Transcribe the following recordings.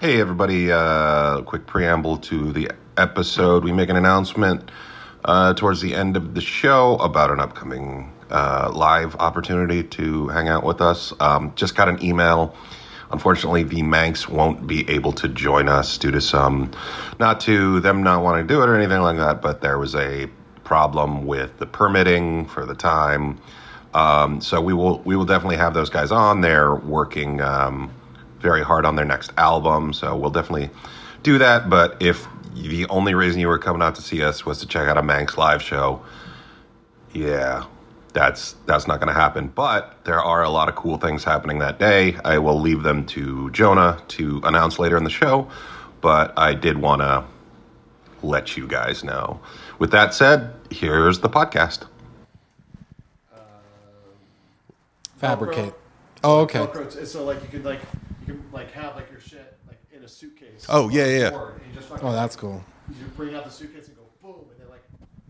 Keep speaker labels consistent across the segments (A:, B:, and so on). A: Hey, everybody. Uh, quick preamble to the episode. We make an announcement uh, towards the end of the show about an upcoming uh, live opportunity to hang out with us. Um, just got an email. Unfortunately, the Manx won't be able to join us due to some, not to them not wanting to do it or anything like that, but there was a problem with the permitting for the time. Um, so we will we will definitely have those guys on. They're working um, very hard on their next album, so we'll definitely do that. But if the only reason you were coming out to see us was to check out a Manx live show, yeah, that's that's not going to happen. But there are a lot of cool things happening that day. I will leave them to Jonah to announce later in the show. But I did want to let you guys know. With that said, here's the podcast.
B: Fabricate. Oh, okay.
C: Velcro. t- So like you could like you can like have like your shit like in a suitcase.
A: Oh, yeah, yeah, yeah.
C: Or- and you just fucking,
B: Oh, that's cool.
C: You bring out the suitcase and go boom, and then like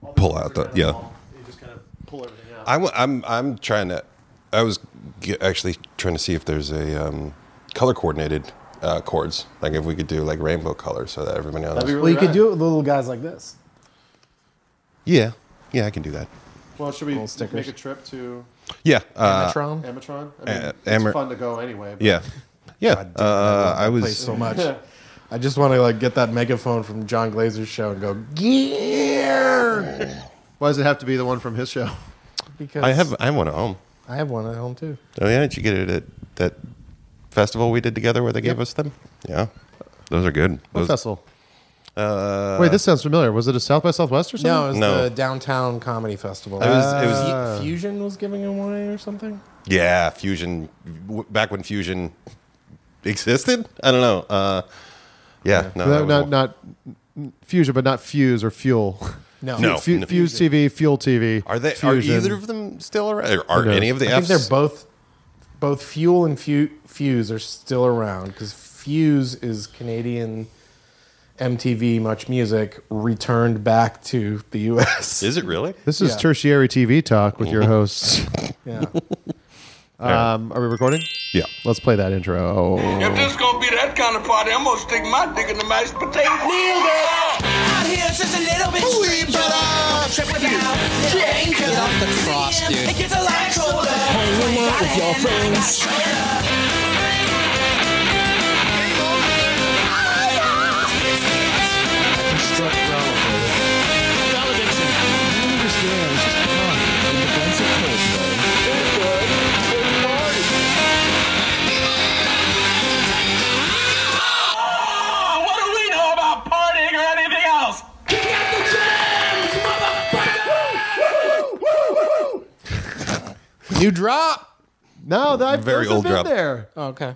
C: all
D: Pull
C: things
D: out
C: are
D: the-
C: kind of
D: yeah.
C: all- You just kind of pull everything out.
D: I w- I'm I'm trying to. I was ge- actually trying to see if there's a um, color coordinated uh, chords, like if we could do like rainbow colors, so that everybody knows.
C: That'd be
B: Well,
C: really
B: you could
C: rad.
B: do it with little guys like this.
D: yeah, yeah, I can do that.
C: Well, should we
B: Little stickers.
C: make a trip to
D: Yeah, uh,
B: Amatron.
C: Amatron? I mean,
D: Uh,
C: it's
D: Amar-
C: fun to go anyway. But
D: yeah, yeah.
B: God damn,
D: uh, I
B: Plays
D: was
B: so much. I just want to like get that megaphone from John Glazer's show and go gear
C: Why does it have to be the one from his show?
B: because
D: I have I have one at home.
B: I have one at home too.
D: Oh yeah, did you get it at that festival we did together where they gave us them? Yeah, those are good. Those-
C: festival? Uh, Wait, this sounds familiar. Was it a South by Southwest or something?
B: No, it was
D: No.
B: the downtown comedy festival.
D: It was- it was-
B: Fu- Fusion was giving them away or something.
D: Yeah, fusion. w- Back when fusion existed, I don't know. Uh, yeah, no, that
E: No,
D: was
E: not
D: one-
E: not n- fusion, but not fuse or fuel.
B: No,
D: No.
E: Fu-
D: no.
E: Fuse TV, Fuel TV.
D: Are they?
E: Fusion.
D: Are either of them still around? Or Are
E: knows?
D: any of the
B: I think
D: Fs?
B: they're both both Fuel and Fu- Fuse are still around because Fuse is Canadian MTV Much Music returned back to the U.S.
D: Is it really?
E: This is
B: yeah.
E: tertiary TV talk with your hosts.
B: yeah.
E: um, are we recording?
D: Yeah.
E: Let's play that intro.
F: If this gonna be that kind of party, I'm gonna stick my dick in the mashed potato. Kneel down.
G: out here just a little bit straight, y'all. Trip it out. Drink it up the cross, dude. It gets a lot colder. Hanging out with your friends.
F: Oh, what do we know about partying or anything else? Kick out the jams, motherfucker!
B: New drop.
E: No, that
D: Very
E: those
D: old
E: have been
D: drop.
E: There.
B: Oh, okay.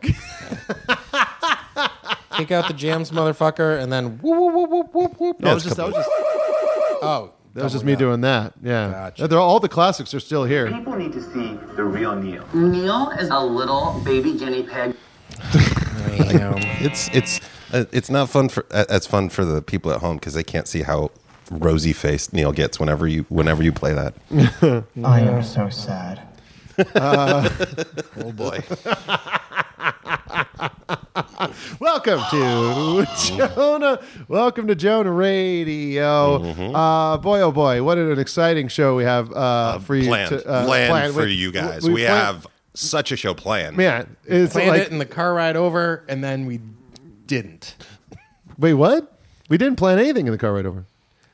B: Take out the jams, motherfucker, and then whoop whoop whoop whoop whoop whoop.
E: No, that was just, that was just,
B: Oh,
E: that was just me doing that. Yeah.
B: Gotcha.
E: They're- all the classics are still here.
H: People need to see the real Neil.
I: Neil is a little baby guinea pig.
B: Damn.
D: It's it's uh, it's not fun for uh, it's fun for the people at home because they can't see how rosy faced Neil gets whenever you whenever you play that.
H: I am so sad.
D: Oh boy.
E: Welcome to Jonah. Welcome to Jonah Radio.
D: Mm-hmm.
E: Uh, boy, oh boy, what an exciting show we have uh, for you.
D: Planned,
E: to, uh,
D: planned
E: planned.
D: for
E: We-
D: you guys. We,
E: we plan-
D: have such a show planned.
E: Man, it's
B: Planned
E: like
B: it in the car ride over, and then we didn't.
E: Wait, what? We didn't plan anything in the car ride over.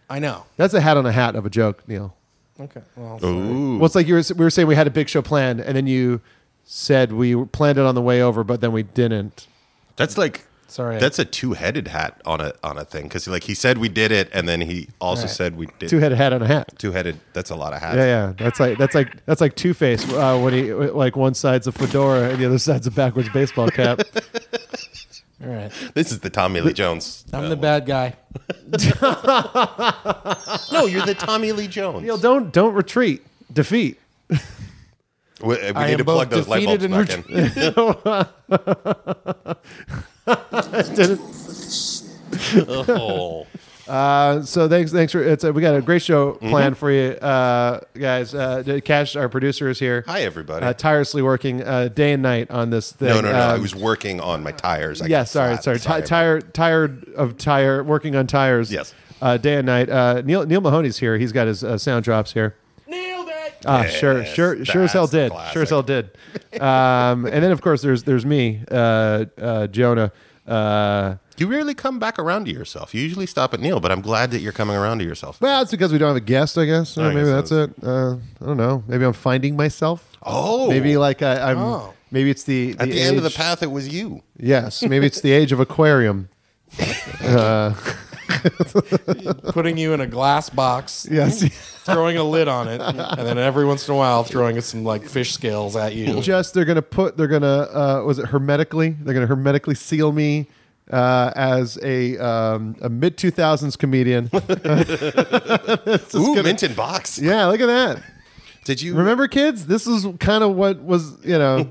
B: I know.
E: That's a hat on a hat of a joke, Neil.
B: Okay. Well,
D: Ooh.
E: Well, it's like you were, we were saying we had a big show planned, and then you said we planned it on the way over, but then we didn't.
D: That's like
B: Sorry.
D: That's a two headed hat on a on a thing because like he said we did it and then he also
B: Right.
D: said we did
E: Two headed hat on a hat.
D: Two headed. That's a lot of hats.
E: Yeah, yeah. That's like that's like that's like Two Face uh, when he like one side's a fedora and the other side's a backwards baseball cap.
B: all right.
D: This is the Tommy Lee Jones.
B: I'm
D: uh,
B: the bad guy.
D: No, you're the Tommy Lee Jones.
E: Neil, don't don't retreat. Defeat.
D: We, we
B: I
D: need
B: am
D: to plug
B: both
D: those light bulbs
B: defeated
D: back
B: and
D: in.
E: Didn't-
D: oh.
E: Uh, so thanks, thanks for it's. Uh, we got a great show
D: Mm-hmm.
E: planned for you, uh, guys. Uh, Cash, our producer, is here.
D: Hi, everybody.
E: Uh, tirelessly working uh, day and night on this thing.
D: no, no, no. I
E: Um,
D: was working on my tires. I
E: yeah,
D: got
E: sorry,
D: flat.
E: sorry. Ti tired, tired of tire working on tires.
D: Yes.
E: uh, day and night. Uh, Neil Neil Mahoney's here. He's got his uh, sound drops here. Ah, sure,
D: Yes,
E: sure, sure as hell
D: that's the
E: did. Sure as hell did. Um, and then of course there's there's me, uh, uh, Jonah. Uh,
D: You rarely come back around to yourself. You usually stop at Neil, but I'm glad that you're coming around to yourself.
E: well, it's because we don't have a guest, I guess. Uh,
D: I
E: maybe
D: guess
E: that's it. Uh, I don't know. Maybe I'm finding myself.
D: oh,
E: Maybe like I, I'm.
B: Oh.
E: Maybe it's the,
D: at the end of the
E: age-
D: path, it was you.
E: Yes, maybe it's the age of aquarium.
B: Putting you in a glass box,
E: Yes,
B: throwing a lid on it, and then every once in a while throwing some like fish scales at you.
E: just they're gonna put they're gonna uh, was it hermetically? They're gonna hermetically seal me uh, as a um, a mid two thousands comedian.
D: Ooh, mint in box.
E: yeah, look at that.
D: Did you
E: Remember, kids, this is kind of what was you know.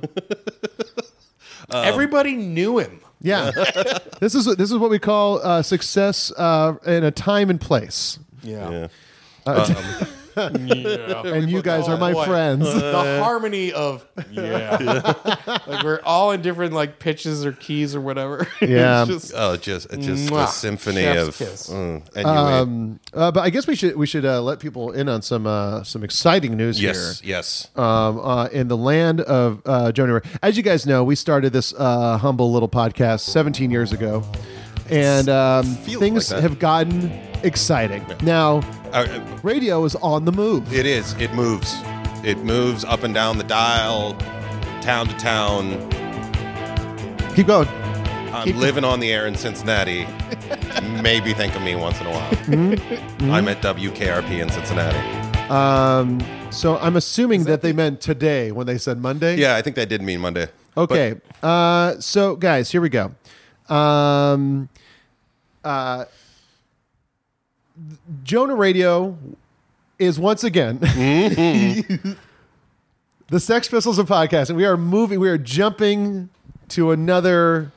B: Everybody knew him.
E: Yeah, this is this is what we call uh, success uh, in a time and place.
B: Yeah.
E: And you guys are my
B: boy.
E: friends.
B: the harmony of yeah, like we're all in different like pitches or keys or whatever. It's
E: Yeah.
B: just-
D: Oh, just just a
B: Mwah.
D: symphony
B: Chef's
D: of.
B: kiss.
D: Mm, anyway.
E: Uh, but I guess we should we should uh, let people in on some uh, some exciting news here.
D: yes, yes.
E: um, uh, in the land of uh, Jonah. Ray. As you guys know, we started this uh, humble little podcast 17 years ago, and um,
D: Feels
E: things
D: like that.
E: have gotten exciting. Now,
D: Uh,
E: radio is on the move.
D: it is. It moves. It moves up and down the dial, town to town.
E: Keep going.
D: I'm living on the air in Cincinnati. Maybe think of me once in a while.
E: Hmm?
D: I'm at WKRP in Cincinnati.
E: Um, so I'm assuming that they meant today when they said Monday.
D: Yeah, I think that did mean Monday. But
E: Okay. uh, so guys, here we go. Um, uh, Jonah Radio is once again the Sex Pistols of podcasting. We are moving. We are jumping to another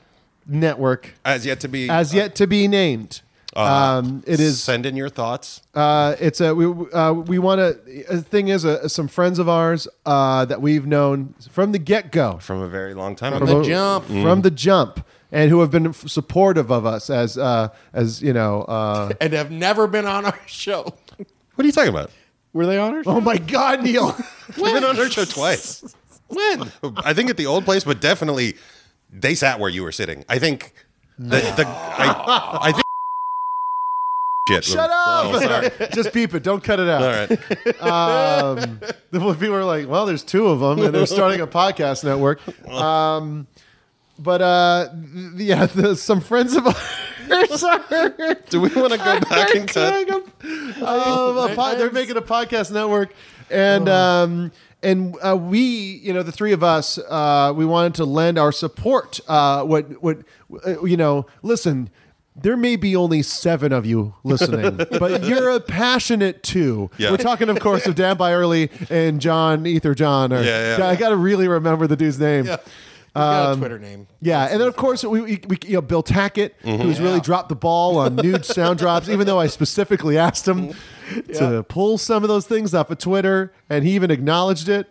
E: network
D: as yet to be.
E: as yet to be named. um, it is
D: Send in your thoughts.
E: uh, it's a we uh, we want to. A thing is, uh, some friends of ours uh, that we've known from the get go,
D: from a very long time
E: from
D: ago.
E: the
B: jump.
E: Mm. from the jump, and who have been f- supportive of us as uh, as you know. Uh,
B: and have never been on our show.
D: What are you talking about?
B: Were they on our show?
E: oh my God, Neil!
D: We've been on our show twice.
B: When?
D: I think at the old place, but definitely they sat where you were sitting. I think the, the I, I think shit.
E: Shut up!
D: Oh, sorry.
E: Just beep it. Don't cut it out.
D: All right.
E: um, the people are like, well, there's two of them, and they're starting a podcast network. Um, but uh, th- yeah, the, some friends of ours are.
D: Do we want to go back and cut?
E: Doing a- um, a pod- they're making a podcast network, and
D: Oh.
E: um, and uh, we, you know, the three of us, uh, we wanted to lend our support. Uh, what what uh, you know? Listen. There may be only seven of you listening, but you're a passionate two.
D: Yeah.
E: We're talking, of course, of Dan By Early and John Ether John. Or,
D: Yeah, yeah.
E: I got to really remember the dude's name.
B: Yeah. He's got a Twitter name.
E: Um, Yeah, and then of course we, we, we you know Bill Tackett, who's really dropped the ball on nude sound drops, even though I specifically asked him to pull some of those things off of Twitter, and he even acknowledged it.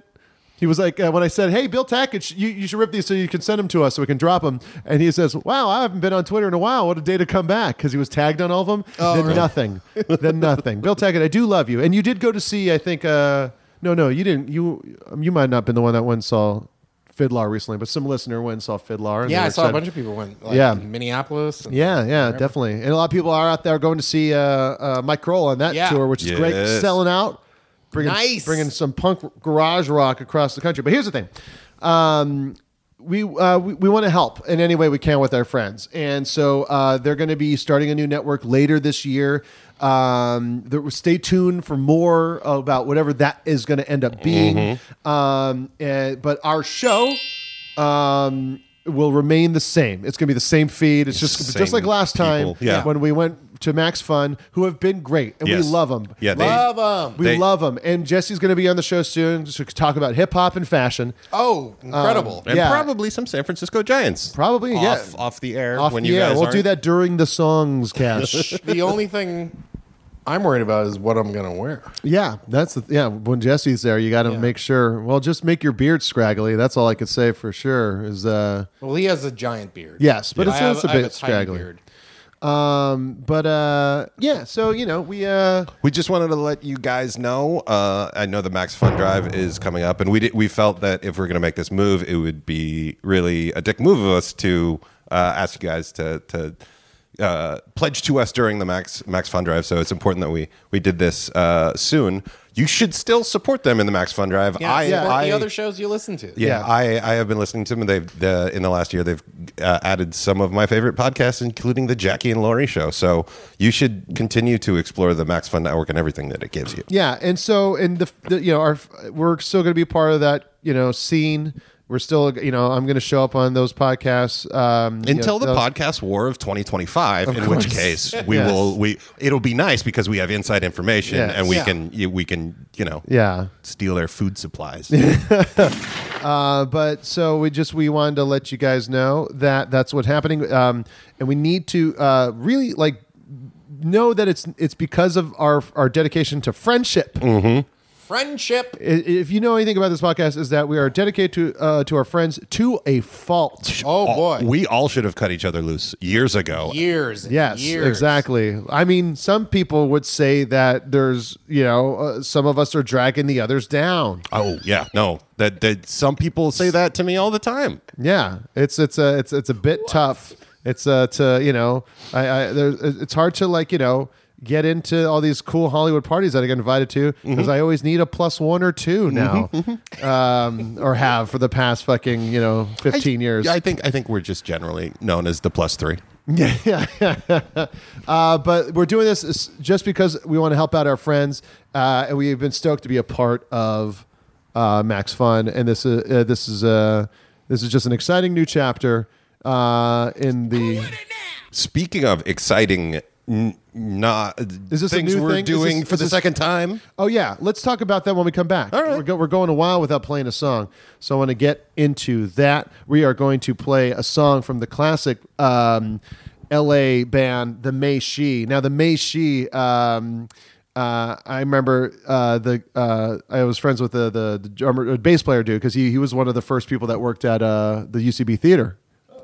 E: He was like, uh, when I said, "Hey, Bill Tackett, sh- you, you should rip these so you can send them to us so we can drop them," and he says, "Wow, I haven't been on Twitter in a while. What a day to come back!" Because he was tagged on all of them.
B: Oh,
E: then nothing. then nothing. Bill Tackett, I do love you, and you did go to see. I think. Uh, no, no, you didn't. You um, you might not have been the one that went and saw Fiddlar recently, but some listener went and saw Fiddlar. and they
B: Yeah, I
E: were
B: saw a
E: excited.
B: bunch of people went. Like,
E: Yeah.
B: yeah, Minneapolis. and-
E: Yeah, yeah, definitely. And a lot of people are out there going to see uh, uh, Mike Kroll on that
B: Yeah.
E: tour, which is great.
D: Yes.
E: Selling out, bringing
B: Nice.
E: bringing some punk garage rock across the country. But here's the thing. Um, we, uh, we we want to help in any way we can with our friends, and so uh, they're going to be starting a new network later this year. Um, there, stay tuned for more about whatever that is going to end up being. Um, and- but our show um, will remain the same. It's going to be the same feed. It's just
D: Same
E: just like last time
D: people. Yeah.
E: when we went to Max Fun, who have been great and
D: Yes.
E: we love them.
D: Yeah, they-
B: Love 'em.
E: We
D: They-
E: love them. And Jesse's going to be on the show soon to talk about hip hop and fashion.
B: Oh, incredible.
D: and
E: Um, Yeah.
D: probably some San Francisco Giants.
E: Probably,
D: off,
E: yeah.
D: off the air
E: Off
D: when
E: the
D: you
E: air.
D: guys
E: We'll do
D: aren't.
E: that during the songs, Cash.
B: the only thing I'm worried about is what I'm going to wear.
E: yeah, that's the, yeah. When Jesse's there, you got to make sure. Well, just make your beard scraggly. That's all I could say for sure. Is uh,
B: Well, he has a giant beard.
E: yes, but
B: I
E: it's,
B: have-
E: it's a
B: I have
E: bit
B: tiny
E: scraggly.
B: beard.
E: But uh, yeah, so you know we uh,
D: We just wanted to let you guys know. Uh, I know the Max Fun Drive is coming up, and we did, we felt that if we're going to make this move, it would be really a dick move of us to uh, ask you guys to to uh, pledge to us during the Max Max Fun Drive. So it's important that we we did this uh, soon. You should still support them in the Max Fun Drive.
B: Yeah,
D: I,
B: it's like
D: I,
B: the other shows you listen to.
D: Yeah,
E: Yeah.
D: I, I have been listening to them. They've the, in the last year they've uh, added some of my favorite podcasts, including the Jackie and Laurie show. So you should continue to explore the Max Fun Network and everything that it gives you.
E: yeah, and so and the, the you know our we're still going to be a part of that you know scene. We're still you know I'm going to show up on those podcasts um, you know,
D: Until the
E: those-
D: podcast war of 2025, in which case we
E: Yes.
D: will we it'll be nice because we have inside information
E: Yes.
D: and we
E: Yeah.
D: can you- we can you know
E: Yeah,
D: steal their food supplies.
E: Uh, but so we just we wanted to let you guys know that that's what's happening, um, and we need to uh, really like know that it's it's because of our our dedication to friendship.
D: Mm-hmm.
B: Friendship.
E: I- If you know anything about this podcast, is that we are dedicated to uh, to our friends to a fault.
B: Oh, boy.
D: we all should have cut each other loose years ago.
B: years. and
E: Yes,
B: years.
E: exactly. I mean, some people would say that there's, you know, uh, some of us are dragging the others down.
D: Oh yeah, no that that some people say that to me all the time.
E: Yeah, it's it's a it's it's a bit tough. It's uh to you know I, I there, it's hard to like you know get into all these cool Hollywood parties that I get invited to because
D: Mm-hmm.
E: I always need a plus one or two now, um, or have for the past fucking you know fifteen years.
D: Yeah, Mm-hmm. I think I think we're just generally known as the plus three.
E: Uh, but we're doing this is just because we want to help out our friends, uh, and we've been stoked to be a part of uh, Max Fun. And this is uh, this is uh, this is just an exciting new chapter uh, in the.
D: Speaking of exciting, n- not
E: Is this a
D: things
E: new
D: we're
E: thing? Is
D: doing
E: this-
D: for
E: is
D: the
E: this-
D: second time?
E: Oh yeah, let's talk about that when we come back. All
D: right.
E: we're, go- we're going a while without playing a song, so I want to get into that. We are going to play a song from the classic um, L.A. band, the May She. Now, the May She. Um, uh, I remember uh, the uh, I was friends with the the, the drummer, uh, bass player dude because he he was one of the first people that worked at uh, the UCB theater.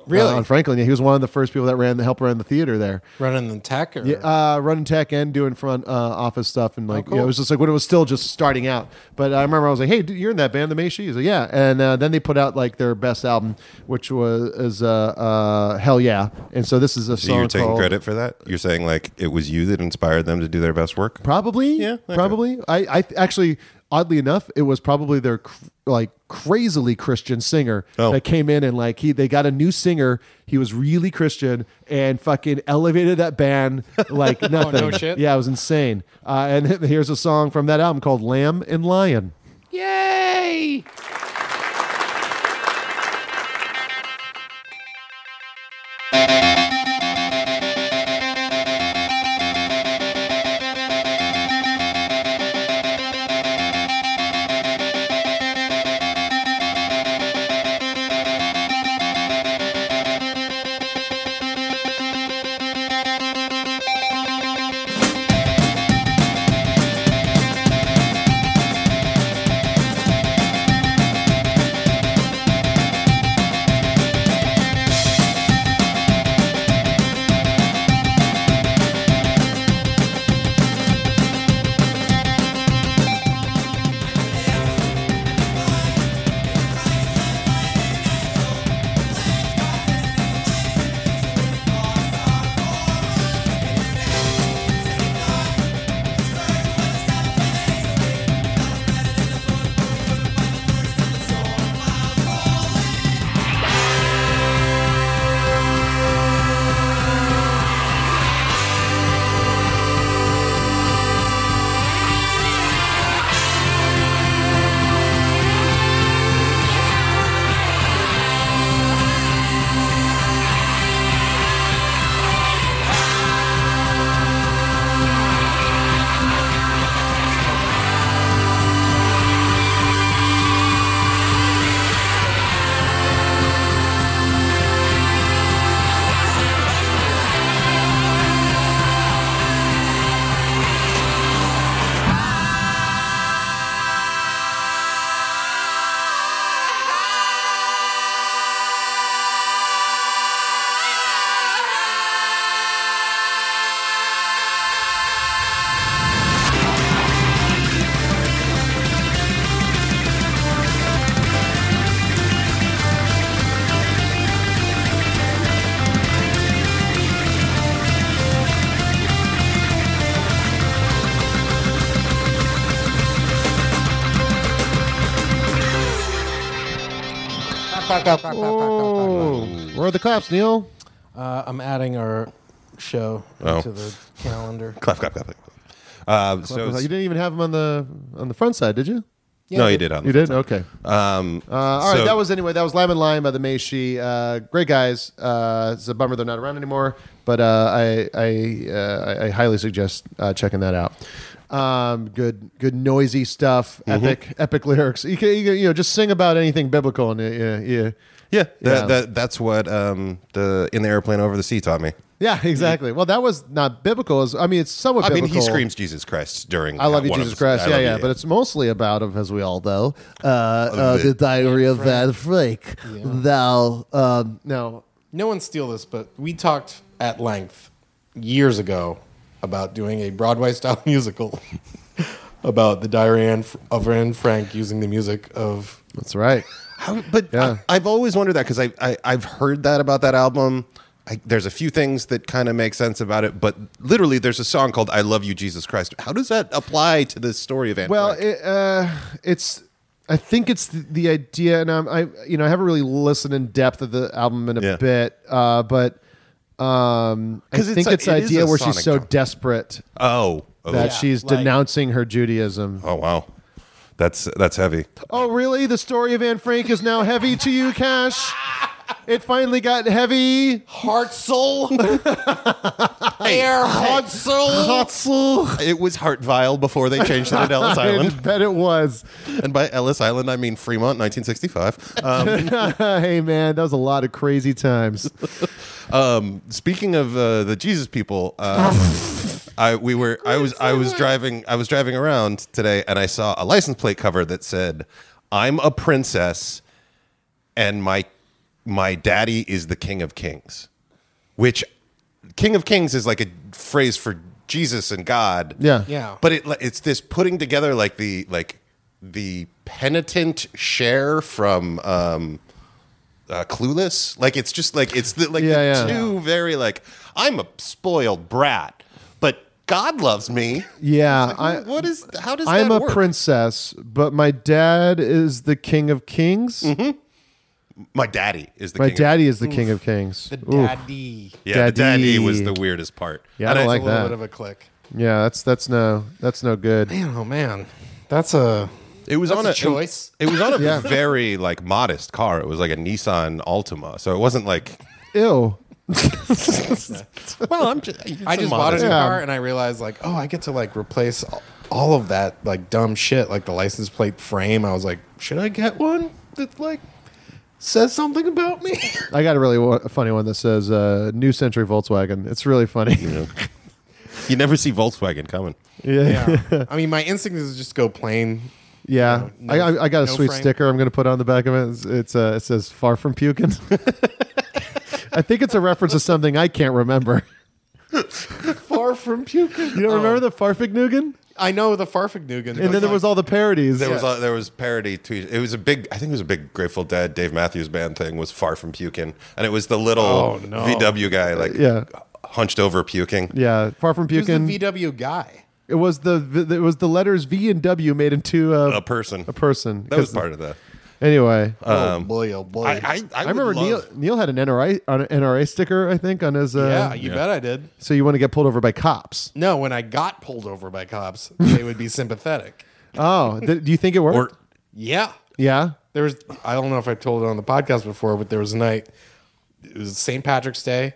B: Really?
E: Uh, on Franklin, yeah, he was one of the first people that ran the help ran the theater there.
B: Running the tech or
E: Yeah, uh, running tech and doing front uh, office stuff, and like yeah, it was just like when it was still just starting out. But I remember I was like, "Hey, dude, you're in that band, the Macy?" He's like, "Yeah." And uh, then they put out like their best album, which was is, uh, uh, "Hell Yeah." And so this is a
D: So
E: song
D: you're taking
E: called-
D: credit for that? You're saying like it was you that inspired them to do their best work?
E: Probably, yeah,
D: okay.
E: probably. I, I actually, oddly enough, it was probably their cr- like crazily Christian singer
D: Oh.
E: that came in and like he they got a new singer. He was really Christian and fucking elevated that band like nothing.
B: shit?
E: Yeah, it was insane. Uh, and here's a song from that album called "Lamb and Lion."
B: Yay!
F: Lamb
G: clap, clap, clap, clap, clap, clap.
D: Oh.
E: Where are the claps, Neil?
B: Uh, I'm adding our show
D: Oh.
B: to the calendar.
D: Clap, clap, clap, clap. Uh, so
E: you
D: it's-
E: didn't even have them on the on the front side, did you?
D: no, you did on
E: You
D: the-
E: did. Okay.
D: Um,
E: Uh, all right,
D: so-
E: that was anyway. That was Lime and Lime by the Meishi. Uh, great guys. Uh, it's a bummer they're not around anymore, but uh, I I, uh, I- I highly suggest uh, checking that out. Um, good good noisy stuff.
D: Mm-hmm.
E: Epic epic lyrics. You can, you can you know just sing about anything biblical and yeah yeah
D: yeah,
E: Yeah.
D: That, that, that's what um, the in the airplane over the sea taught me.
E: yeah exactly. Well, that was not biblical. It was- I mean, it's somewhat.
D: I mean,
E: biblical.
D: he screams Jesus Christ during.
E: I love you,
D: one of
E: Jesus
D: the- I
E: Christ.
D: love
E: Yeah,
D: you,
E: yeah, But it's mostly about, of- as we all know, uh, uh,
D: the-
E: the diary of Van Frank. Thou, um, now,
B: No one steal this, but we talked at length years ago about doing a Broadway style musical about the Diary Anne- of Anne Frank using the music of.
E: that's right.
D: How, but
E: Yeah.
D: I, have always wondered that because I, I I've heard that about that album. I, there's a few things that kind of make sense about it, but literally, there's a song called "I Love You, Jesus Christ." How does that apply to the story of Anne?
E: Well,
D: Frank?
E: it, uh, it's. I think it's the, the idea, and I'm, I, you know, I haven't really listened in depth of the album in a
D: Yeah.
E: bit, uh, but um, I
D: 'Cause it's
E: think
D: a-
E: it's the
D: it is
E: idea
D: a
E: where she's
D: sonic
E: so
D: jump.
E: desperate
D: oh, oh,
E: that she's
B: like-
E: denouncing her Judaism.
D: oh, wow, that's that's heavy.
E: Oh, really? The story of Anne Frank is now heavy to you, Cash. It finally got heavy.
B: Air Hudson!
E: Hotzel.
D: It was Heartvile before they changed it to Ellis
E: I
D: Island,
E: bet it was.
D: and by Ellis Island I mean Fremont, 1965. Um,
E: hey, man, that was a lot of crazy times.
D: um, speaking of uh, the Jesus people, uh, I we were I was I was driving I was driving around today, and I saw a license plate cover that said, "I'm a princess, and my my daddy is the King of Kings," which King of Kings is like a phrase for Jesus and God.
E: Yeah.
B: Yeah.
D: But it it's this putting together like the like the penitent share from um uh, clueless like it's just like it's the, like
E: Yeah,
D: the
E: yeah.
D: two very like I'm a spoiled brat but God loves me.
E: Yeah, I-
D: I, what is how does
E: I'm
D: that
E: a
D: work?
E: princess, but my dad is the king of kings.
B: Mm-hmm.
D: My daddy is the
E: My
D: king. of-
E: daddy is the king of kings.
B: The
E: Ooh.
B: daddy.
D: yeah, the daddy
E: daddy.
D: was the weirdest part.
E: Yeah, I don't like
B: a little
E: that.
B: bit of a click.
E: yeah, that's that's no that's no good.
B: Man, oh man. That's a.
D: It was
B: That's
D: on
B: a
D: a,
B: choice.
D: It, was on a very like modest car. It was like a Nissan Altima, so it wasn't like.
E: Ew.
D: Well, I'm just.
B: I just bought a new
E: modest- Yeah.
B: car and I realized, like, oh, I get to, like, replace all- all of that, like, dumb shit, like the license plate frame. I was like, should I get one that, like, says something about me?
E: I got a really wa- funny one that says uh, "New Century Volkswagen." It's really funny.
D: You never see Volkswagen coming.
B: Yeah. I mean, my instinct is just go plain.
E: Yeah,
B: No-
E: I, I, I got a
B: no
E: sweet
B: frame.
E: sticker I'm going to put on the back of it. It's, it's uh, it says "Far from puking." I think it's a reference to something I can't remember.
B: Far from puking.
E: You don't remember the Farfignugan?
B: I know the Farfignugan.
E: And then there was all the parodies.
D: There was a, there was parody tweet. It was a big. I think it was a big Grateful Dead Dave Matthews Band thing. Was far from puking, and it was the little
B: Oh, no.
D: VW guy like
E: yeah.
D: hunched over puking.
E: yeah, far from
B: Who's the
E: puking.
B: VW guy?
E: it was the v- it was the letters V and W made into a,
D: A person.
E: A person.
D: That was part of the.
E: Anyway,
B: oh boy, oh boy.
D: I I, I,
E: I remember
D: would love-
E: Neil Neil had an NRA on an NRA sticker I think on his. Uh,
B: yeah, you bet I did.
E: So you want to get pulled over by cops?
B: No, when I got pulled over by cops, they would be sympathetic.
E: Oh, th- do you think it worked?
D: Or
B: Yeah.
E: yeah.
B: There was I don't know if I told it on the podcast before, but there was a night it was St. Patrick's Day.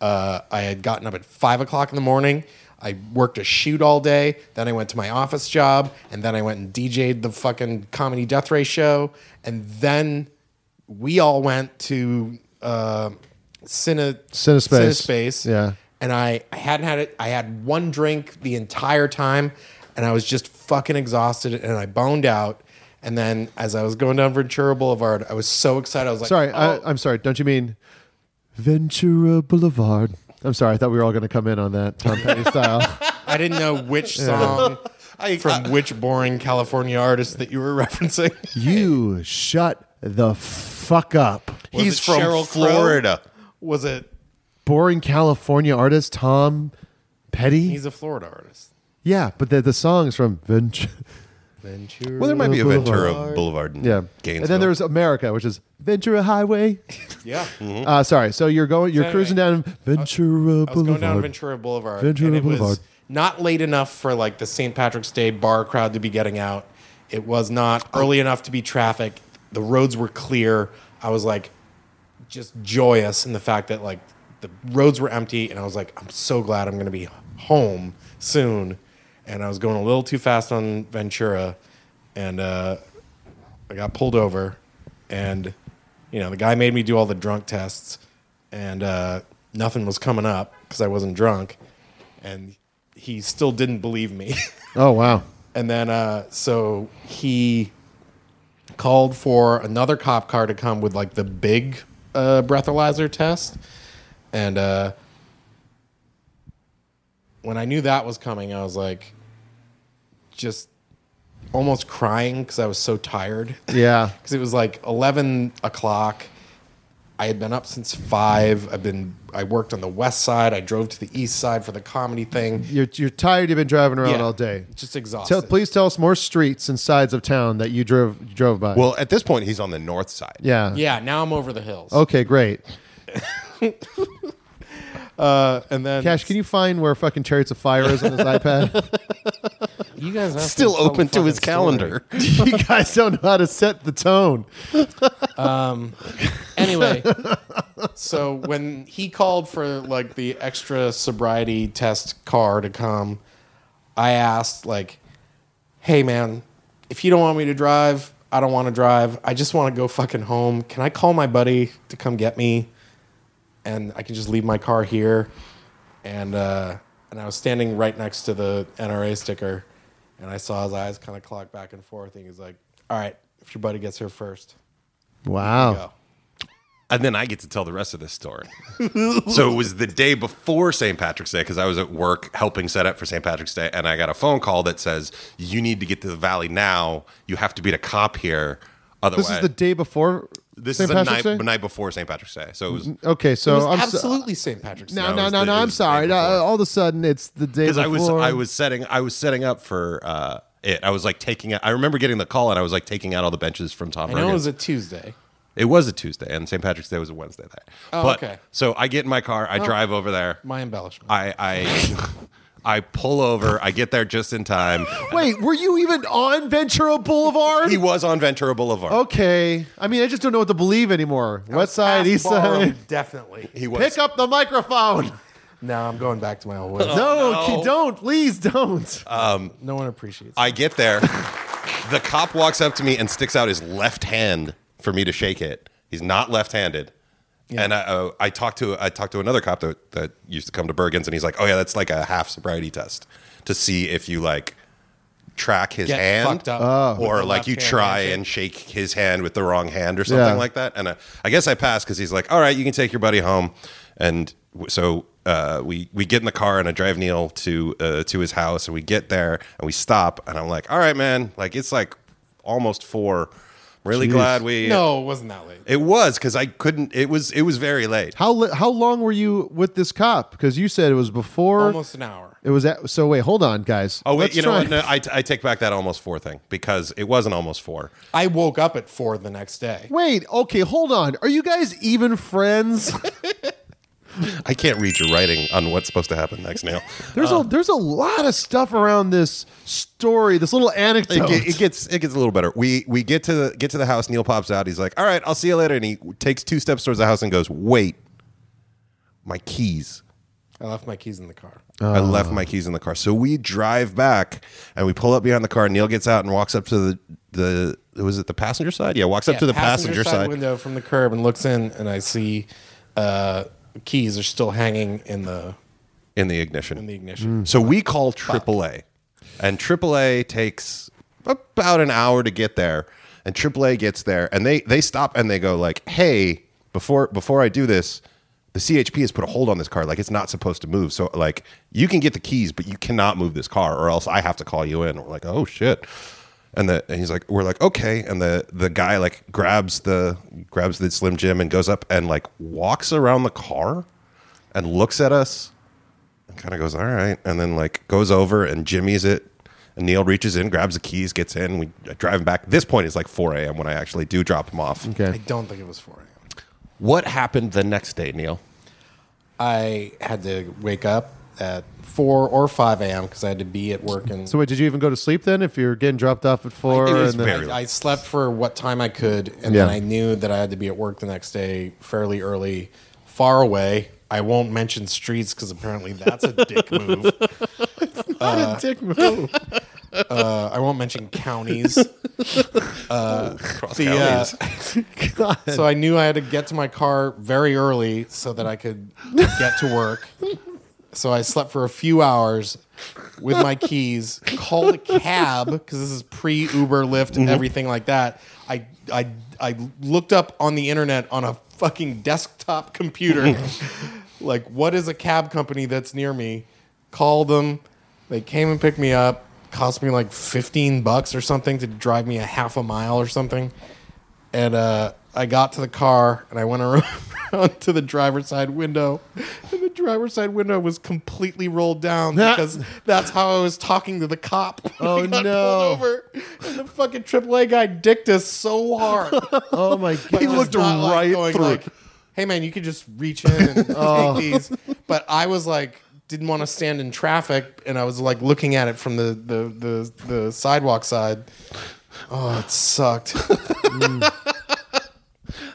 B: Uh, I had gotten up at five o'clock in the morning. I worked a shoot all day. Then I went to my office job, and then I went and DJ'd the fucking comedy death ray show, and then we all went to uh, Cine
E: Cinespace.
B: Cinespace.
E: Yeah.
B: and I, I hadn't had it. I had one drink the entire time, and I was just fucking exhausted, and I boned out. And then as I was going down Ventura Boulevard, I was so excited. I was like,
E: Sorry,
B: oh.
E: I, I'm sorry. Don't you mean Ventura Boulevard? I'm sorry. I thought we were all going to come in on that Tom Petty style.
B: I didn't know which song
D: I-
B: from which boring California artist that you were referencing.
E: You shut the fuck up.
B: Was
D: he's
B: it
D: from
B: Sheryl Crow?
D: Florida.
B: Was it?
E: Boring California artist Tom Petty.
B: He's a Florida artist.
E: yeah, but the, the song's from Ventura.
B: Ventura.
D: Well, there might be a Ventura
E: Boulevard.
D: Boulevard. In
E: Yeah.
D: Gainesville.
E: And then there's America, which is Ventura Highway.
B: yeah.
D: Mm-hmm.
E: Uh, sorry. So you're going, you're
B: So
E: cruising down
B: I
E: Ventura
B: was going
E: Boulevard.
B: down Ventura Boulevard.
E: Ventura
B: and it
E: Boulevard.
B: was not late enough for like the St. Patrick's Day bar crowd to be getting out. It was not early enough to be traffic. The roads were clear. I was like just joyous in the fact that like the roads were empty and I was like I'm so glad I'm going to be home soon. And I was going a little too fast on Ventura and uh I got pulled over, and you know the guy made me do all the drunk tests, and uh, nothing was coming up because I wasn't drunk, and he still didn't believe me.
E: Oh, wow.
B: and then uh, so he called for another cop car to come with like the big uh, breathalyzer test, and uh, when I knew that was coming, I was like, just almost crying because I was so tired
E: Yeah.
B: because it was like 11 o'clock i had been up since 5 i've been i worked on the west side i drove to the east side for the comedy thing
E: You're, you're tired. You've been driving around all day.
B: just exhausted
E: Tell, please tell us more streets and sides of town that you drove you drove by.
D: well, at this point, he's on the north side.
E: yeah.
B: yeah now i'm over the hills
E: Okay, great.
B: and then
E: Cash, can you find where fucking Chariots of Fire is on his iPad?
B: you guys have
D: Still
B: tell the
D: open to his
B: fucking story.
D: calendar.
E: you guys don't know how to set the tone.
B: anyway so when he called for like the extra sobriety test car to come i asked like hey man if you don't want me to drive i don't want to drive i just want to go fucking home can i call my buddy to come get me and i can just leave my car here and uh and i was standing right next to the nra sticker and i saw his eyes kind of clock back and forth and he's like all right if your buddy gets here first
E: Wow.
B: go
D: And then I get to tell the rest of this story. so it was the day before St. Patrick's Day because I was at work helping set up for St. Patrick's Day, and I got a phone call that says, "You need to get to the Valley now. You have to beat a cop here, otherwise."
E: This is the day before
D: This
E: St.
D: is the night,
E: Patrick's Day? uh,
D: the night before St. Patrick's Day. So it was
E: Okay, so
B: It was
E: I'm so-
B: absolutely St. Patrick's Day.
E: no,
D: No, it
E: no,
D: was
E: no,
D: the-
E: no.
D: it
E: I'm
D: was the day
E: sorry. No,
D: before.
E: all of a sudden, it's the day
D: because
E: before.
D: I was I was setting I was setting up for uh, it. I was like taking out. I remember getting the call and I was like taking out all the benches from Tom.
B: I know it
D: Hergen's.
B: was a Tuesday.
D: It was a Tuesday, and St. Patrick's Day was a Wednesday. There.
B: Oh,
D: but,
B: okay.
D: So I get in my car. I drive over there.
B: My embellishment.
D: I I I pull over. I get there just in time.
E: Wait, were you even on Ventura Boulevard?
D: He was on Ventura Boulevard.
B: Oh,
E: okay. I mean, I just don't know what to believe anymore. West side, east side.
B: Definitely.
D: He was.
E: Pick up the microphone.
B: No, I'm going back to my old
D: Oh,
B: ways.
E: No, ki- don't. Please don't.
D: Uh,
B: No one appreciates it.
D: I get there. the cop walks up to me and sticks out his left hand for me to shake it. He's not left-handed. And I, uh, I talked to I talked to another cop that, that used to come to Bergen's, and he's like, "Oh yeah, that's like a half sobriety test to see if you like track his
B: Get
D: hand
B: fucked up with
D: or
B: the
D: like you
B: left hand
D: try
B: handshake.
D: and shake his hand with the wrong hand or something
E: Yeah.
D: like that." And I, I guess I passed because he's like, "All right, you can take your buddy home." And w- so uh, we we get in the car and I drive Neil to uh, to his house, and we get there and we stop, and I'm like, "All right, man, like it's like almost four. I'm really glad we
B: no, it wasn't that late.
D: It was because I couldn't. It was it was very late.
E: How li- how long were you with this cop? Because you said it was before.
B: Almost an hour.
E: It was at, so. Wait, hold on, guys.
D: Oh wait,
E: Let's
D: you know
E: try-
D: what? No, I, I take back that almost four thing because it wasn't almost four.
B: I woke up at four the next day.
E: Wait. Okay, hold on. Are you guys even friends?
D: I can't read your writing on what's supposed to happen next, Neil.
E: There's a there's a lot of stuff around this story. This little anecdote.
D: It, ge- it gets it gets a little better. We we get to the get to the house. Neil pops out. He's like, "All right, I'll see you later." And he takes two steps towards the house and goes, "Wait, my keys."
B: I left my keys in the car.
D: I left my keys in the car. So we drive back and we pull up behind the car. Neil gets out and walks up to the the was it the passenger side? Yeah, walks up to the passenger, side.
B: window from the curb and looks in, and I see uh, keys are still hanging in the
D: in the ignition.
B: in the ignition.
D: So we call AAA, and AAA takes about an hour to get there. And AAA gets there, and they they stop and they go like, "Hey, before before I do this, the CHP has put a hold on this car. Like it's not supposed to move. So like you can get the keys, but you cannot move this car, or else I have to call you in." We're like, "Oh shit." And, the, and he's like, we're like, okay. And the, the guy like grabs the grabs the Slim Jim and goes up and like walks around the car and looks at us kind of goes, all right. And then like goes over and jimmies it And Neil reaches in, grabs the keys, gets in. We drive him back. At this point, it's like 4 a.m. when I actually do drop him off.
B: I don't think it was 4 a.m.
D: What happened the next day, Neil?
B: I had to wake up at 4 or 5 a.m. because I had to be at work. And
E: So wait, did you even go to sleep then? If you're getting dropped off at four,
D: It was
E: and then-
D: very
B: I, I slept for what time I could, and
E: Yeah.
B: then I knew that I had to be at work the next day fairly early, far away. I won't mention streets because apparently that's a dick move.
E: What a dick move.
B: Uh, I won't mention counties.
D: Cross
B: The, uh,
D: counties.
E: God.
B: so I knew I had to get to my car very early so that I could get to work. So I slept for a few hours with my keys, called a cab because this is pre Uber, Lyft, everything like that. I, I, I looked up on the internet on a fucking desktop computer, like, what is a cab company that's near me? Called them. They came and picked me up. Cost me like 15 bucks or something to drive me a half a mile or something and uh, I got to the car and I went around, around to the driver's side window, and the driver's side window was completely rolled down because that's how I was talking to the cop. when
E: Oh,
B: I got
E: no.
B: Pulled over, and the fucking AAA guy dicked us so hard.
E: Oh my god.
B: He looked right through. Oh. Like, hey man, you could just reach in and take these. But I was like, didn't want to stand in traffic, and I was like looking at it from the the the, the sidewalk side. Oh, it sucked. Mm.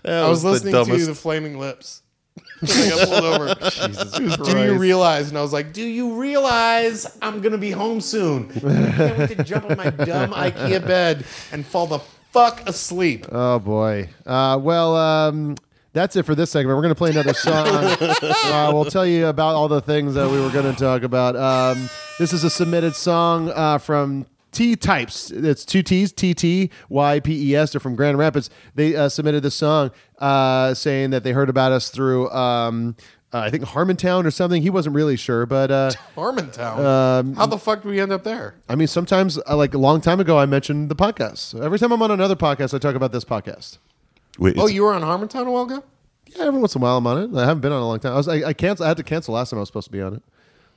B: I was, listening to the Flaming Lips. I got pulled over. It was, do you realize? And I was like, Do you realize I'm gonna be home soon? I can't wait to jump on my dumb IKEA bed and fall the fuck asleep.
E: Oh boy. Uh, well, um, that's it for this segment. We're going to play another song. uh, we'll tell you about all the things that we were going to talk about. Um, this is a submitted song uh, from T Types. It's two T's, T T Y P E S. They're from Grand Rapids. They uh, submitted this song uh, saying that they heard about us through. Um, uh, I think Harmontown or something. He wasn't really sure, but uh,
B: Harmontown.
E: Um,
B: How the fuck do we end up there?
E: I mean, sometimes, uh, like a long time ago, I mentioned the podcast. Every time I'm on another podcast, I talk about this podcast.
D: Wait,
B: Oh,
D: it's-
B: you were on Harmontown a while ago?
E: Yeah, every once in a while I'm on it. I haven't been on it in a long time. I was I, I cancel. I had to cancel last time I was supposed to be on it.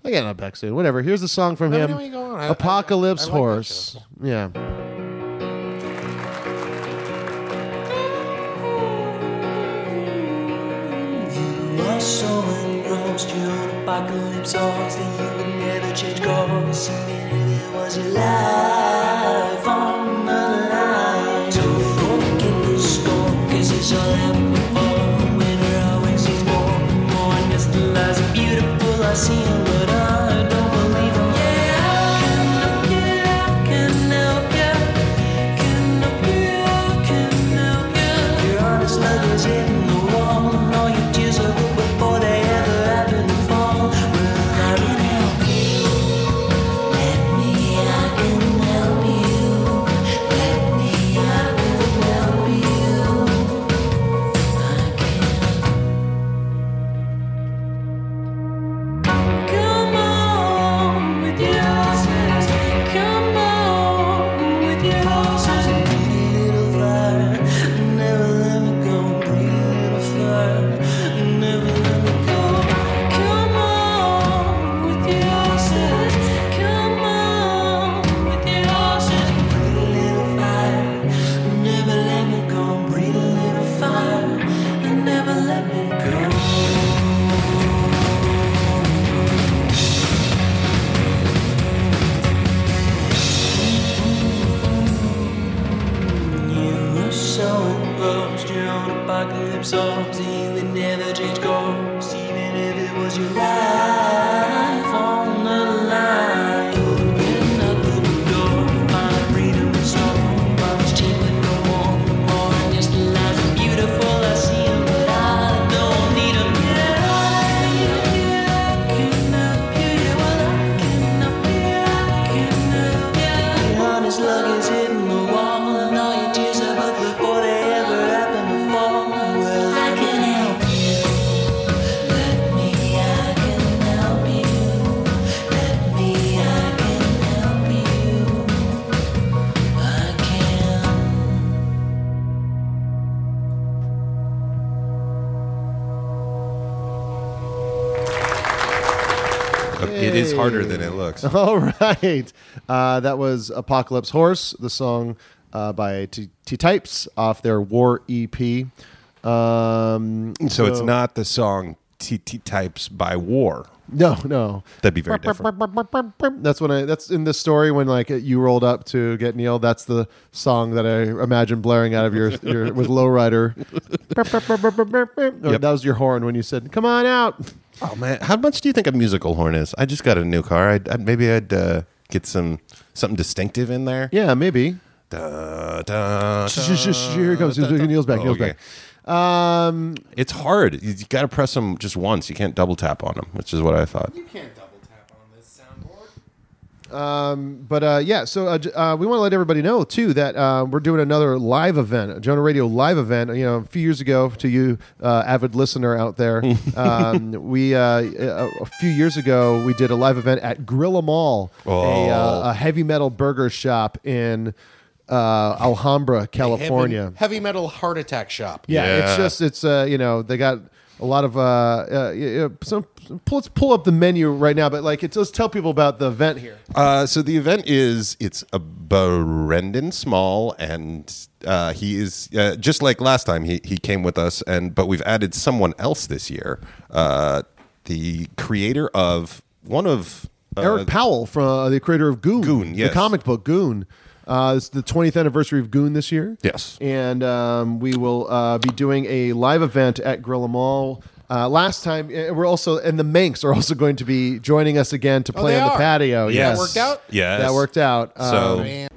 E: I got on back soon. Whatever. Here's a song from
B: Let me
E: him.
B: know when you go on. I- I- I
E: Apocalypse
B: like that
E: Horse. yeah.
G: You are so engrossed, you're an apocalypse horse that you would never change course. Even if it was your life on the line. Don't forget the score, cause it's all happened before. The winner always is more, more. And just the lies are beautiful, I see 'em, but I don't believe 'em. Yeah, I can help you, I can help you. Can help you, I can help you. Your honest love is hitting the wall, and all your tears are wet before they ever happen to fall. Well, I can help you. Let me, I can help you. Let me, I can help you. I can. Can
D: It is harder than it looks.
E: All right. Uh, that was Apocalypse Horse, the song uh, by T Types off their War EP. Um,
D: So it's not the song TT Types by War.
E: no, no.
D: That'd be very different.
E: That's when I. That's in the story when like you rolled up to get Neil. That's the song that I imagine blaring out of your your with Lowrider. Or That was your horn when you said, "Come on out."
D: Oh man, how much do you think a musical horn is? I just got a new car. I'd, I'd maybe I'd uh, get some something distinctive in there.
E: Yeah, maybe.
D: Da, da,
E: Shh, shh, shh, shh, Here it comes. Neil's back.
D: Oh,
E: Neil's
D: okay.
E: back. Um,
D: It's hard. You, got to press them just once. You can't double tap on them, which is what I thought.
B: You can't double tap on this soundboard.
E: but uh, yeah, so uh, j- uh, we want to let everybody know too that uh, we're doing another live event, a Jonah Radio live event. You know, a few years ago, to you uh, avid listener out there, um, we uh, a, a few years ago we did a live event at Grilla Mall, a,
D: Oh.
E: uh, a heavy metal burger shop in uh, Alhambra, California.
B: Heavy, heavy metal heart attack shop.
E: Yeah,
D: Yeah.
E: it's just it's uh you know they got a lot of uh, uh y- y- some pull, let's pull up the menu right now, but like it's, let's tell people about the event here.
D: Uh, so the event is it's a Brendan Small, and uh, he is uh, just like last time. He he came with us, and but we've added someone else this year. Uh, the creator of one of uh,
E: Eric Powell from uh, the creator of Goon,
D: Goon, yes.
E: the comic book Goon. Uh, it's the 20th anniversary of Goon this year.
D: Yes.
E: and um, we will uh, be doing a live event at Gorilla Mall. Uh, last time, uh, we're also and the Manx are also going to be joining us again to play
B: Oh, they
E: on the
B: are.
E: patio.
D: Yes.
E: Yes,
B: That worked out?
D: Yes.
E: that worked out.
D: So-
E: Um,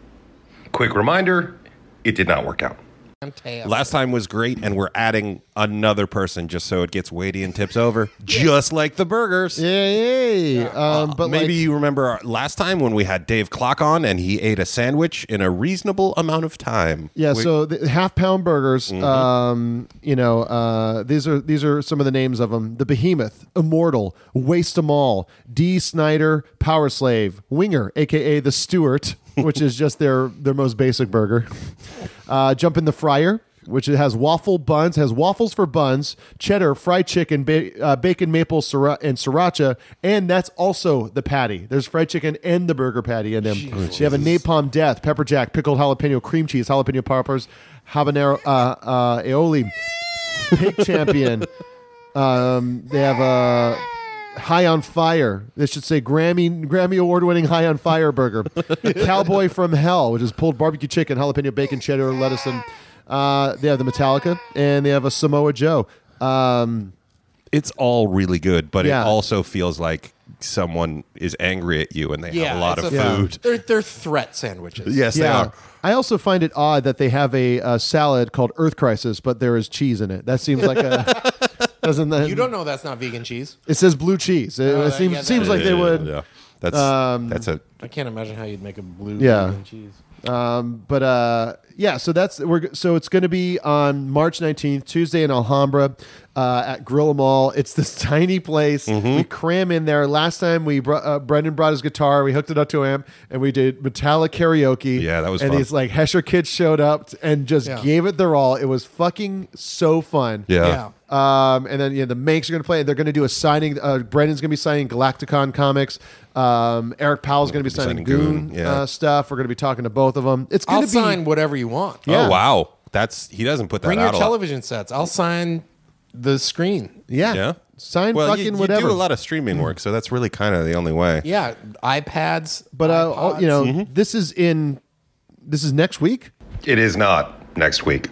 A: Quick reminder it did not work out.
B: Fantastic.
D: Last time was great, and we're adding another person just so it gets weighty and tips over, just like the burgers.
E: yay! Um, but
D: Maybe
E: like-
D: you remember our, last time when we had Dave Clock on and he ate a sandwich in a reasonable amount of time.
E: Yeah,
D: We-
E: so the half pound burgers. Um, you know, uh, these are these are some of the names of them: the Behemoth, Immortal, Waste 'Em All, D. Snyder, Power Slave, Winger, aka the Stewart, which is just their their most basic burger. Uh, Jump in the fryer, which it has waffle buns, has waffles for buns, cheddar, fried chicken, ba- uh, bacon, maple, sira- and sriracha, and that's also the patty. There's fried chicken and the burger patty in them. you have a napalm death, pepper jack, pickled jalapeno, cream cheese, jalapeno peppers, habanero uh, uh, aioli, pig champion. Um, they have a. High on Fire. This should say Grammy Grammy award winning High on Fire burger. Cowboy from Hell, which is pulled barbecue chicken, jalapeno bacon, cheddar, lettuce, and uh, they have the Metallica and they have a Samoa Joe. Um,
D: it's all really good, but
E: Yeah.
D: it also feels like someone is angry at you and they have a lot
B: it's
D: of
E: a-
D: food.
B: They're, they're threat sandwiches.
D: Yes, they
E: yeah.
D: are.
E: I also find it odd that they have a, uh salad called Earth Crisis, but there is cheese in it. That seems like a doesn't that
B: You don't know that's not vegan cheese.
E: it says blue cheese. It,
B: Oh,
E: it
B: that-
E: seems
B: yeah, that
E: seems
B: is-
E: like they would. um,
D: Yeah. That's that's a oh,
B: I can't imagine how you'd make a blue
E: Yeah.
B: vegan cheese.
E: but uh, yeah, so that's we're g- so it's going to be on March nineteenth, Tuesday in Alhambra, uh, at Grill Mall. It's this tiny place.
D: Mm-hmm.
E: We cram in there. Last time we brought uh, Brendan brought his guitar, we hooked it up to him, and we did Metallic karaoke.
D: Yeah, that was
E: And
D: fun.
E: these like Hesher kids showed up t- and just
B: Yeah.
E: gave it their all. It was fucking so fun.
D: yeah.
B: Yeah.
E: Um, and then yeah, the Manx are going to play. They're going to do a signing. Uh, Brendan's going to be signing Galacticon comics. Um, Eric Powell's going to be signing,
D: signing
E: Goon,
D: Goon, yeah.
E: uh, stuff. We're going to be talking to both of them. It's going
B: I'll
E: to be
B: sign whatever you want.
E: Yeah.
D: Oh wow. That's he doesn't put that
B: Bring your
D: out a lot.
B: television sets. I'll sign the screen.
E: yeah,
D: Yeah.
E: sign
D: well,
E: fucking
D: you, you
E: whatever.
D: do a lot of streaming work, so that's really kind of the only way.
B: Yeah, iPads.
E: but uh, oh,
B: iPods.
E: you know,
D: Mm-hmm.
E: this is in this is next week.
A: It is not next week.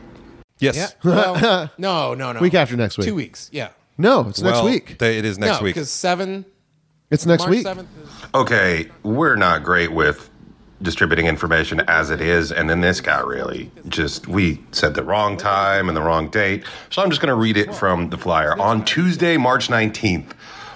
D: Yes.
B: Yeah. Well, no, no, no.
E: Week after next week.
B: Two weeks. Yeah.
E: No, it's next
D: Well,
E: week.
D: th- it is next
B: no,
D: week.
B: because seven.
E: it's next
B: March
E: week.
B: seventh.
A: Okay, we're not great with distributing information as it is, and then this guy really just we said the wrong time and the wrong date. So I'm just going to read it from the flyer. On Tuesday, March 19th,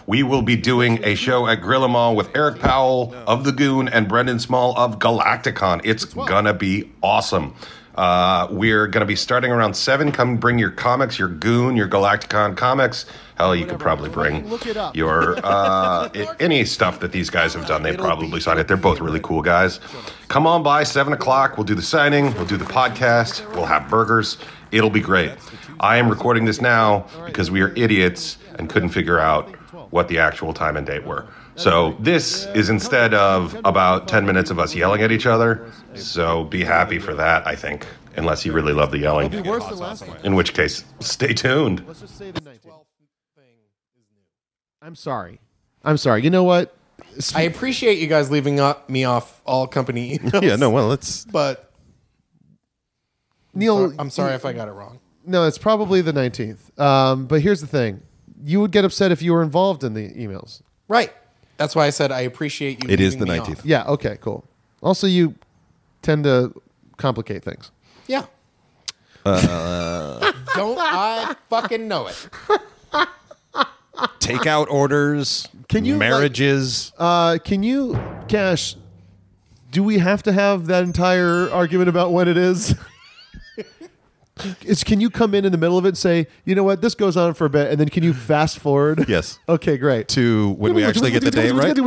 A: we will be doing a show at Grilla Mall with Eric Powell of The Goon and Brendan Small of Galacticon. It's gonna be awesome. Uh, we're going to be starting around 7. Come bring your comics, your Goon, your Galacticon comics. Hell, you could probably bring
E: Look it up.
A: your uh, i- any stuff that these guys have done. They probably sign it. They're both really cool guys. Come on by seven o'clock. We'll do the signing. We'll do the podcast. We'll have burgers. It'll be great. I am recording this now because we are idiots and couldn't figure out what the actual time and date were. So this is instead of about 10 minutes of us yelling at each other. So be happy for that, I think, unless you really love the
E: It'll be
A: yelling,
E: worse than last one.
A: in which case, stay tuned.
E: Let's just say the 19th. I'm sorry. I'm sorry. You know what?
B: I appreciate you guys leaving up, me off all company emails,
D: Yeah, no, well, let's.
B: but
E: Neil,
B: I'm sorry if I got it wrong.
E: No, it's probably the 19th. Um, but here's the thing you would get upset if you were involved in the emails.
B: Right. That's why I said I appreciate you.
D: It is
B: leaving
D: the
B: me off.
D: 19th.
E: Yeah, okay, cool. Also, you tend to complicate things.
B: Yeah.
E: Uh,
B: Don't I fucking know it?
D: Takeout orders,
E: Can you, like-
D: marriages.
E: Uh, can you, Cash, do we have to have that entire argument about when it is? Is, can you come in in the middle of it and say, you know what, this goes on for a bit, and then can you fast forward?
D: Yes.
E: Okay, great.
D: to when we actually get the date right.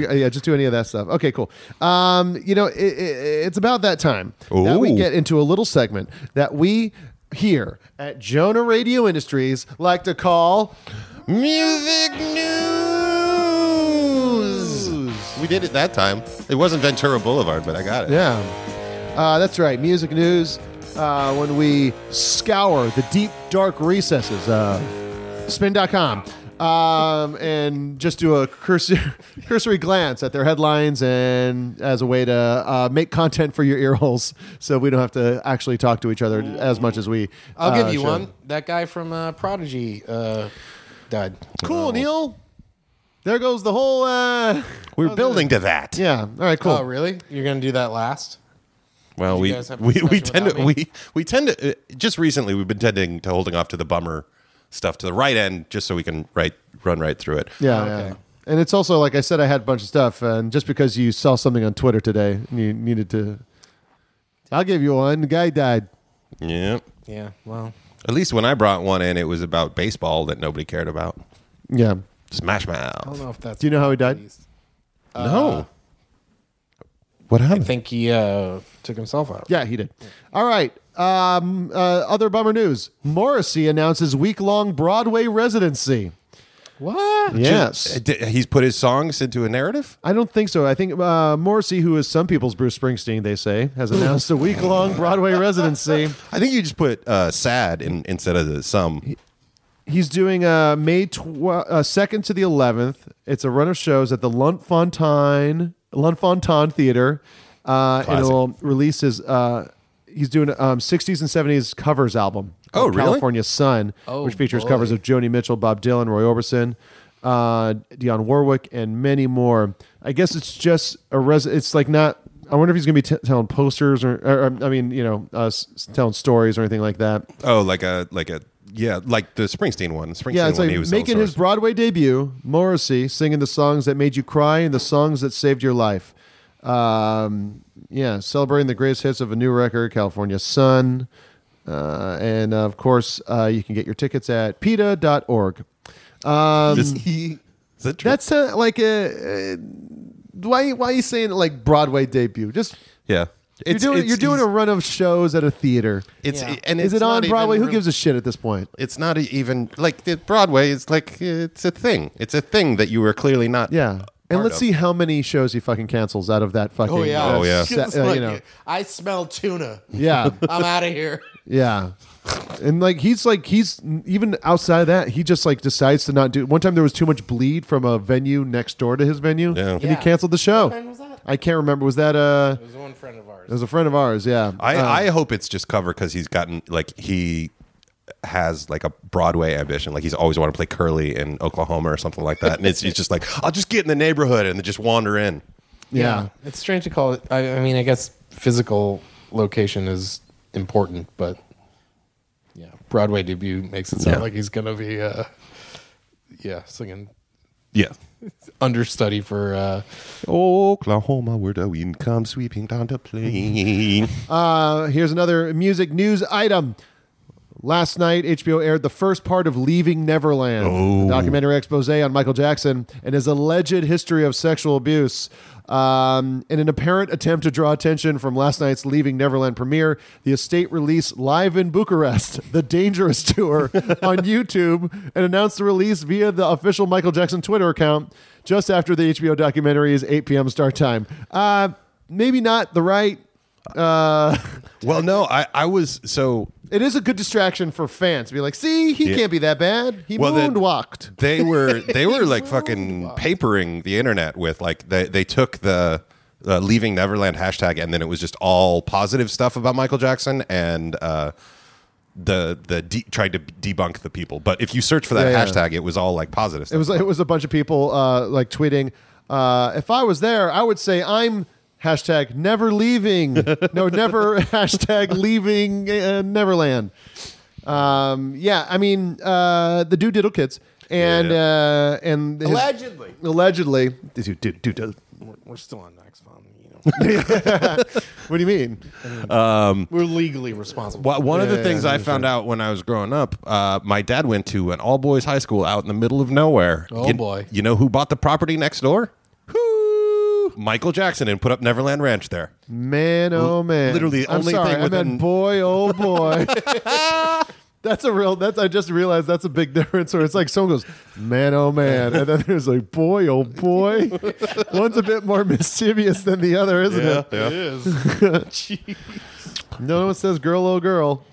D: Yeah.
E: Yeah. just do any of that stuff. Okay, cool. Um, you know, it, it, it's about that time that we
D: Ooh.
E: get into a little segment that we here at Jonah Radio Industries like to call.
D: Music news. We did it that time. It wasn't Ventura Boulevard, but I got it.
E: Yeah, uh, that's right. Music news. Uh, when we scour the deep dark recesses of spin.com um, and just do a cursory, cursory glance at their headlines and as a way to uh, make content for your ear holes so we don't have to actually talk to each other as much as we
B: I'll
E: uh,
B: give you
E: should.
B: one. That guy from uh, Prodigy uh, died.
E: cool neil there goes the whole uh,
D: We're building to that.
E: yeah all right cool
B: Oh, really? You're gonna do that last?
D: Well, we
B: guys have a
D: we, we
B: discussion
D: tend to
B: without me?
D: we we tend to uh, just recently we've been tending to holding off to the bummer stuff to the right end just so we can right run right through it.
E: Yeah, yeah. And it's also like I said, I had a bunch of stuff, and just because you saw something on Twitter today, and you needed to. I'll give you one. The guy died.
D: Yeah.
B: Yeah. Well,
D: At least when I brought one in, it was about baseball that nobody cared about.
E: Yeah.
D: Smash
B: I don't
D: Mouth.
B: know if that's.
E: Do you know how he died? Oh,
D: No. What
B: I
D: happened?
B: think he uh, took himself out.
E: Yeah, he did. All right. Um, uh, other bummer news: Morrissey announces week-long Broadway residency.
B: What?
E: Yes,
D: Did- Uh, He's put his songs into a narrative.
E: I don't think so. I think uh, Morrissey, who is some people's Bruce Springsteen, they say, has announced a week-long Broadway residency.
D: I think you just put uh, sad in, instead of the sum.
E: He's doing uh, May second to the eleventh. It's a run of shows at the Luntfontein Luntfontein Theater, uh, and
D: Classic.
E: it'll release his. Uh, he's doing um, '60s and '70s covers album.
D: Oh,
E: called
D: really?
E: California Sun,
B: Oh,
E: which features
B: boy.
E: covers of Joni Mitchell, Bob Dylan, Roy Orbison, uh, Dionne Warwick, and many more. I guess it's just a res. It's like not. I wonder if he's going to be t- telling posters or, or, or, I mean, you know, uh, s- telling stories or anything like that.
D: Oh, like a like a yeah, like the Springsteen one. Springsteen
E: Yeah, it's
D: one.
E: like
D: he was
E: making his Broadway debut, Morrissey singing the songs that made you cry and the songs that saved your life. Um, yeah, celebrating the greatest hits of a new record, California Sun. Uh, and uh, of course, uh, you can get your tickets at E PETA.org. Um,
D: is, he, is that true?
E: that's uh like a. Uh, why, why are you saying like Broadway debut? Just
D: yeah. It's-
E: you're doing,
D: it's-
E: you're doing a
D: he's-
E: run of shows at a theater.
D: It's e,
B: Yeah.
D: and
E: Is
D: it's
E: it on
D: not
E: Broadway?
D: even
E: Who
D: real-
E: gives a shit at this point?
D: It's not even like the Broadway. It's like it's a thing. It's a thing that you were clearly not.
E: Yeah. And
D: part
E: let's
D: of.
E: see how many shows he fucking cancels out of that fucking.
B: Oh yeah.
E: uh,
D: Oh, yeah.
E: se- uh, you know.
B: I smell tuna.
E: Yeah.
B: I'm out of here.
E: Yeah. And like he's like he's even outside of that he just like decides to not do. One time there was too much bleed from a venue next door to his venue,
D: Yeah.
E: and he
B: Yeah.
E: canceled the show.
B: friend was that?
E: I can't remember. Was that uh?
B: It was one friend of ours.
E: It was a friend of ours. Yeah.
D: I,
E: Uh,
D: I hope it's just cover because he's gotten like he has like a Broadway ambition. Like he's always wanted to play Curly in Oklahoma or something like that. And it's he's just like I'll just get in the neighborhood and just wander in.
E: yeah.
B: It's strange to call it. I, I mean, I guess physical location is important, but yeah, Broadway debut makes it sound
D: Yeah.
B: like he's gonna be, uh, yeah, singing
D: Yeah.
B: understudy for. Uh,
D: Oklahoma, where the wind comes sweeping down the plain.
E: Uh, here's another music news item. Last night, HBO aired the first part of Leaving Neverland, the documentary expose on Michael Jackson and his alleged history of sexual abuse. Um, in an apparent attempt to draw attention from last night's Leaving Neverland premiere, the estate released Live in Bucharest, The Dangerous Tour, on YouTube and announced the release via the official Michael Jackson Twitter account just after the HBO documentary's 8 p.m. start time. Uh, maybe not the right. Uh,
D: Well, no, I, I was so
E: It is a good distraction for fans to be like, see, he
D: Yeah.
E: can't be that bad. He
D: Well, then-
E: moonwalked.
D: they were they were like fucking papering the internet with like they they took the uh, leaving Neverland hashtag and then it was just all positive stuff about Michael Jackson and uh, the the de- tried to debunk the people. But if you search for that
E: Yeah, yeah.
D: hashtag, it was all like positive. Stuff.
E: it was it was a bunch of people uh, like tweeting, uh, if I was there, I would say I'm hashtag never leaving. no, never hashtag leaving uh, Neverland. Um, yeah, I mean uh, the dude diddle kids and
D: Yeah.
E: uh, and his-
B: Allegedly.
E: allegedly dude dude dude. does-
B: We're, we're still on Max Fun. You know,
E: What do you mean?
B: we're legally responsible.
D: Wha- one of the things I found out when I was growing up, uh, my dad went to an all boys high school out in the middle of nowhere.
B: Oh,
D: you,
B: boy.
D: You know who bought the property next door? Who? Michael Jackson and put up Neverland Ranch there.
E: Man, oh man!
D: literally the
E: I'm
D: only
E: sorry,
D: thing
E: I
D: within-
E: meant boy, oh boy. that's a real. That's I just realized that's a big difference. Where it's like someone goes, man, oh man, and then there's like boy, oh boy. One's a bit more mischievous than the other, isn't it?
D: yeah.
E: No one says girl, oh girl.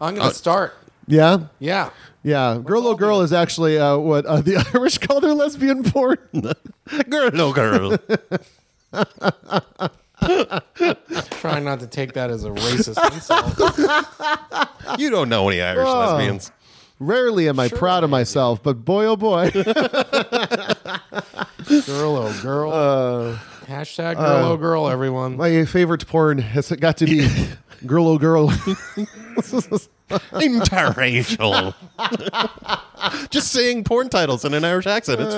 B: I'm
D: Uh,
B: gonna start.
E: Yeah,
B: Yeah.
E: yeah. Girl, oh girl is actually uh, what uh, the Irish call their lesbian porn.
D: girl, no girl.
B: Try not to take that as a racist insult.
D: you don't know any Irish
E: Whoa.
D: lesbians.
E: Rarely am I proud of myself, but boy, oh boy.
B: Girl, oh girl.
D: Uh,
B: Hashtag girl, oh girl, everyone.
E: My favorite porn has got to be girl, oh girl.
D: Interracial. Just saying porn titles in an Irish accent. It's